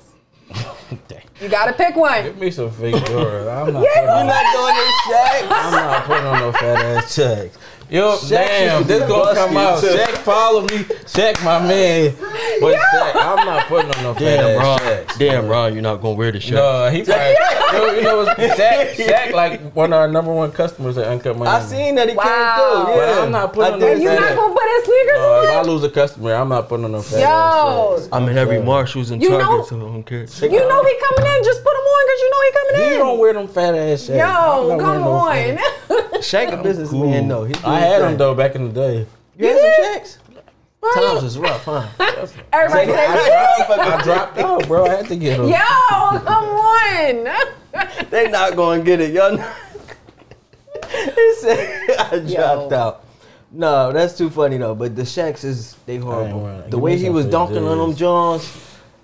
[SPEAKER 5] You gotta pick one.
[SPEAKER 6] Give me some fake Jordans. I'm not. putting
[SPEAKER 4] You're
[SPEAKER 6] on,
[SPEAKER 4] not doing this shit.
[SPEAKER 6] I'm not putting on no fat ass checks. Yo,
[SPEAKER 4] Shaq
[SPEAKER 6] damn,
[SPEAKER 4] used to
[SPEAKER 6] this
[SPEAKER 4] be
[SPEAKER 6] gonna
[SPEAKER 4] busted,
[SPEAKER 6] come out.
[SPEAKER 4] too.
[SPEAKER 6] Shaq follow me. Shaq my man. But Shaq, I'm not putting on no fat ass checks.
[SPEAKER 4] Damn, Ron, you're not gonna wear this shit.
[SPEAKER 6] No, he probably. yo, you know, it's Shaq, Shaq, like one of our number one customers at Uncut Money.
[SPEAKER 4] I seen that he
[SPEAKER 5] Wow.
[SPEAKER 4] came through.
[SPEAKER 6] But
[SPEAKER 4] Yeah.
[SPEAKER 6] I'm not
[SPEAKER 4] I
[SPEAKER 6] putting on
[SPEAKER 4] did
[SPEAKER 6] no
[SPEAKER 5] You're
[SPEAKER 4] see
[SPEAKER 5] not
[SPEAKER 4] that.
[SPEAKER 5] gonna put his sneakers
[SPEAKER 6] Uh, if I
[SPEAKER 5] on?
[SPEAKER 6] lose a customer, I'm not putting on no fat ass
[SPEAKER 5] Yo,
[SPEAKER 6] checks.
[SPEAKER 4] I'm in every Marshalls and
[SPEAKER 5] You know-
[SPEAKER 4] Targets, so I don't care.
[SPEAKER 5] you know he coming in. Just put him on because you know he coming
[SPEAKER 6] He
[SPEAKER 5] in.
[SPEAKER 6] uh, don't wear them fat ass shacks. I'm
[SPEAKER 5] Yo,
[SPEAKER 6] not wearing
[SPEAKER 5] come
[SPEAKER 6] no fat
[SPEAKER 5] on.
[SPEAKER 4] Shaq a businessman, though. He do
[SPEAKER 6] I
[SPEAKER 4] his
[SPEAKER 6] had
[SPEAKER 4] thing.
[SPEAKER 6] them though back in the day.
[SPEAKER 4] You had some checks? Times
[SPEAKER 5] Right?
[SPEAKER 4] was rough, huh?
[SPEAKER 5] Everybody say,
[SPEAKER 6] I dropped out, bro. I had to get them.
[SPEAKER 5] yo, come on.
[SPEAKER 4] They not gonna get it, y'all. know. he said I dropped out. No, that's too funny though. But the Shacks is they horrible.
[SPEAKER 6] wearing it.
[SPEAKER 4] The
[SPEAKER 6] Give
[SPEAKER 4] way
[SPEAKER 6] me
[SPEAKER 4] he
[SPEAKER 6] some
[SPEAKER 4] was
[SPEAKER 6] for
[SPEAKER 4] dunking
[SPEAKER 6] your
[SPEAKER 4] on them
[SPEAKER 6] dudes.
[SPEAKER 4] Johns,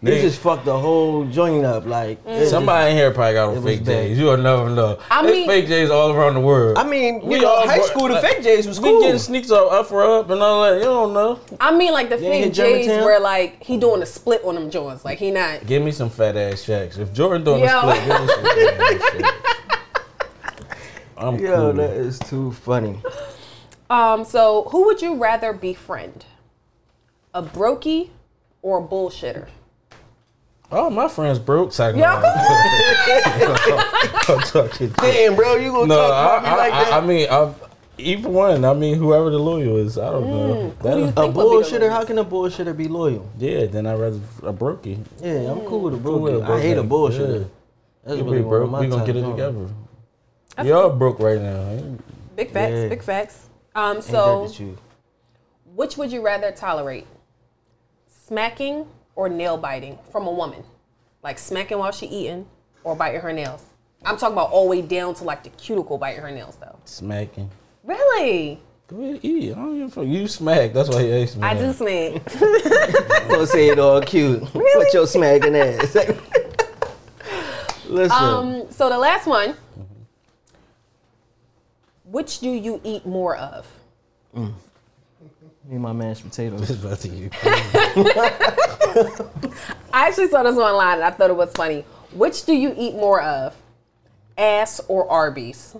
[SPEAKER 4] he
[SPEAKER 6] Nick.
[SPEAKER 4] just fucked the whole joint up.
[SPEAKER 5] Mm.
[SPEAKER 4] Like it's
[SPEAKER 6] Somebody in here probably got
[SPEAKER 4] was
[SPEAKER 6] on fake
[SPEAKER 4] bad.
[SPEAKER 6] J's. You'll never know.
[SPEAKER 5] I
[SPEAKER 6] There's
[SPEAKER 5] mean-
[SPEAKER 6] fake J's all around the world.
[SPEAKER 4] just- I mean,
[SPEAKER 6] We
[SPEAKER 4] you know,
[SPEAKER 6] all
[SPEAKER 4] high
[SPEAKER 6] bro-
[SPEAKER 4] school the
[SPEAKER 6] like,
[SPEAKER 4] fake J's was
[SPEAKER 6] we
[SPEAKER 4] cool.
[SPEAKER 6] getting sneaks off up for up and all that. You don't know.
[SPEAKER 5] I mean, like the
[SPEAKER 4] ain't
[SPEAKER 5] fake
[SPEAKER 4] hit Jeremy
[SPEAKER 5] J's
[SPEAKER 4] Tan?
[SPEAKER 5] where like he doing a split on them joints. Like he not.
[SPEAKER 6] Give me some fat ass shacks. If Jordan doing
[SPEAKER 5] Yo.
[SPEAKER 6] a split, give me some fat ass shacks. I'm
[SPEAKER 4] Yo,
[SPEAKER 6] cool.
[SPEAKER 4] that is too funny.
[SPEAKER 5] Um. So who would you rather befriend? A brokey or a bullshitter?
[SPEAKER 6] All Oh, my friends broke. Y'all
[SPEAKER 5] Yo, come on.
[SPEAKER 6] I'm talking shit.
[SPEAKER 4] Damn, bro, you gonna
[SPEAKER 6] No,
[SPEAKER 4] talk
[SPEAKER 6] I,
[SPEAKER 4] about me
[SPEAKER 6] I,
[SPEAKER 4] like
[SPEAKER 6] I,
[SPEAKER 4] that?
[SPEAKER 6] I mean, I'm, either one. I mean, whoever the loyal is, I
[SPEAKER 4] Mm,
[SPEAKER 6] don't know. That is,
[SPEAKER 4] a
[SPEAKER 5] think would be the
[SPEAKER 4] bullshitter? How
[SPEAKER 5] lowest.
[SPEAKER 4] can a bullshitter be loyal?
[SPEAKER 6] yeah, then I'd rather a brokey.
[SPEAKER 4] Yeah, I'm cool with a
[SPEAKER 6] Cool with a
[SPEAKER 4] bullshitter. I hate a
[SPEAKER 6] broke, yeah.
[SPEAKER 4] bullshitter. That's
[SPEAKER 6] You
[SPEAKER 4] really
[SPEAKER 6] be
[SPEAKER 4] one of
[SPEAKER 6] broke.
[SPEAKER 4] my
[SPEAKER 6] We gonna
[SPEAKER 4] top
[SPEAKER 6] get it
[SPEAKER 4] joints.
[SPEAKER 6] together. Y'all broke right now. Ain't-
[SPEAKER 5] Big facts.
[SPEAKER 4] Yeah.
[SPEAKER 5] Big facts. Um.
[SPEAKER 4] Ain't that
[SPEAKER 5] So
[SPEAKER 4] the truth?
[SPEAKER 5] which would you rather tolerate? Smacking or nail biting from a woman? Like smacking while she eating or biting her nails? I'm talking about all the way down to like the cuticle biting her nails though.
[SPEAKER 6] Smacking.
[SPEAKER 5] Really?
[SPEAKER 6] Go ahead, eat. I don't give a fuck. You smack. That's why you asked me.
[SPEAKER 5] I
[SPEAKER 6] that.
[SPEAKER 5] do smack.
[SPEAKER 4] Don't say it all cute. Put your smacking ass. Listen,
[SPEAKER 5] Um, so the last one, which do you eat more of?
[SPEAKER 4] me and my mashed potatoes.
[SPEAKER 6] It's about to you.
[SPEAKER 5] I actually saw this one online and I thought it was funny. Which do you eat more of, ass or Arby's?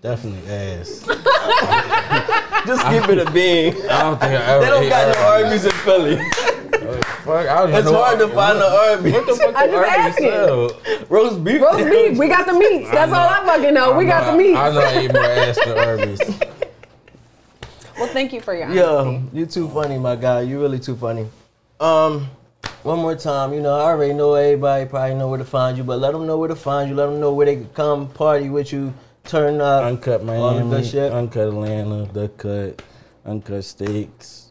[SPEAKER 6] Definitely ass.
[SPEAKER 4] Just give it a bean. They
[SPEAKER 6] I don't think I ever
[SPEAKER 4] don't
[SPEAKER 6] ate
[SPEAKER 4] got no Arby's
[SPEAKER 6] Arby's.
[SPEAKER 4] in Philly.
[SPEAKER 6] Fuck, I don't even
[SPEAKER 4] It's
[SPEAKER 6] know
[SPEAKER 4] hard to
[SPEAKER 6] what-
[SPEAKER 4] find an Arby's.
[SPEAKER 6] What the fuck
[SPEAKER 5] I
[SPEAKER 6] do
[SPEAKER 5] just
[SPEAKER 6] Arby's
[SPEAKER 5] asking.
[SPEAKER 6] sell?
[SPEAKER 4] Roast beef.
[SPEAKER 5] Roast beef. We got the meats. That's all I fucking know. We
[SPEAKER 6] I
[SPEAKER 5] got
[SPEAKER 6] know-
[SPEAKER 5] the meats.
[SPEAKER 6] I know I ate more ass than Arby's.
[SPEAKER 5] Well, thank you for your honesty.
[SPEAKER 4] Yo, you too funny, my guy. You really too funny. Um, one more time. You know, I already know everybody probably know where to find you, but let them know where to find you. Let them know where they can come party with you, turn up.
[SPEAKER 6] Uncut
[SPEAKER 4] all the
[SPEAKER 6] Miami,
[SPEAKER 4] good shit.
[SPEAKER 6] Uncut Atlanta, The Cut, Uncut Steaks.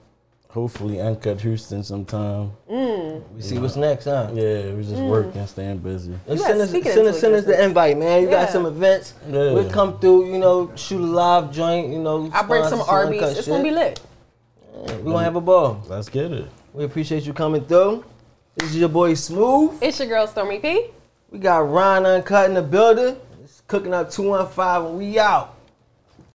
[SPEAKER 6] Hopefully, Uncut Houston sometime.
[SPEAKER 4] we see what's next, huh?
[SPEAKER 6] Yeah, we just
[SPEAKER 5] Mm.
[SPEAKER 6] working, staying busy.
[SPEAKER 4] And
[SPEAKER 5] You
[SPEAKER 4] send
[SPEAKER 5] guys
[SPEAKER 4] us,
[SPEAKER 5] speaking
[SPEAKER 4] send
[SPEAKER 5] into
[SPEAKER 4] us, send us the
[SPEAKER 5] existence.
[SPEAKER 4] invite, man. You
[SPEAKER 5] Yeah.
[SPEAKER 4] got some events.
[SPEAKER 6] Yeah.
[SPEAKER 4] We'll come through, you know, shoot a live joint, you know.
[SPEAKER 5] I bring some
[SPEAKER 4] sponsor
[SPEAKER 5] Arby's.
[SPEAKER 4] uncut
[SPEAKER 5] It's gonna be
[SPEAKER 4] shit.
[SPEAKER 5] lit.
[SPEAKER 4] We're going to have a ball.
[SPEAKER 6] Let's get it.
[SPEAKER 4] We appreciate you coming through. This is your boy Smooth.
[SPEAKER 5] It's your girl Stormy P.
[SPEAKER 4] We got Ron Uncut in the building. It's cooking up 215 and we out.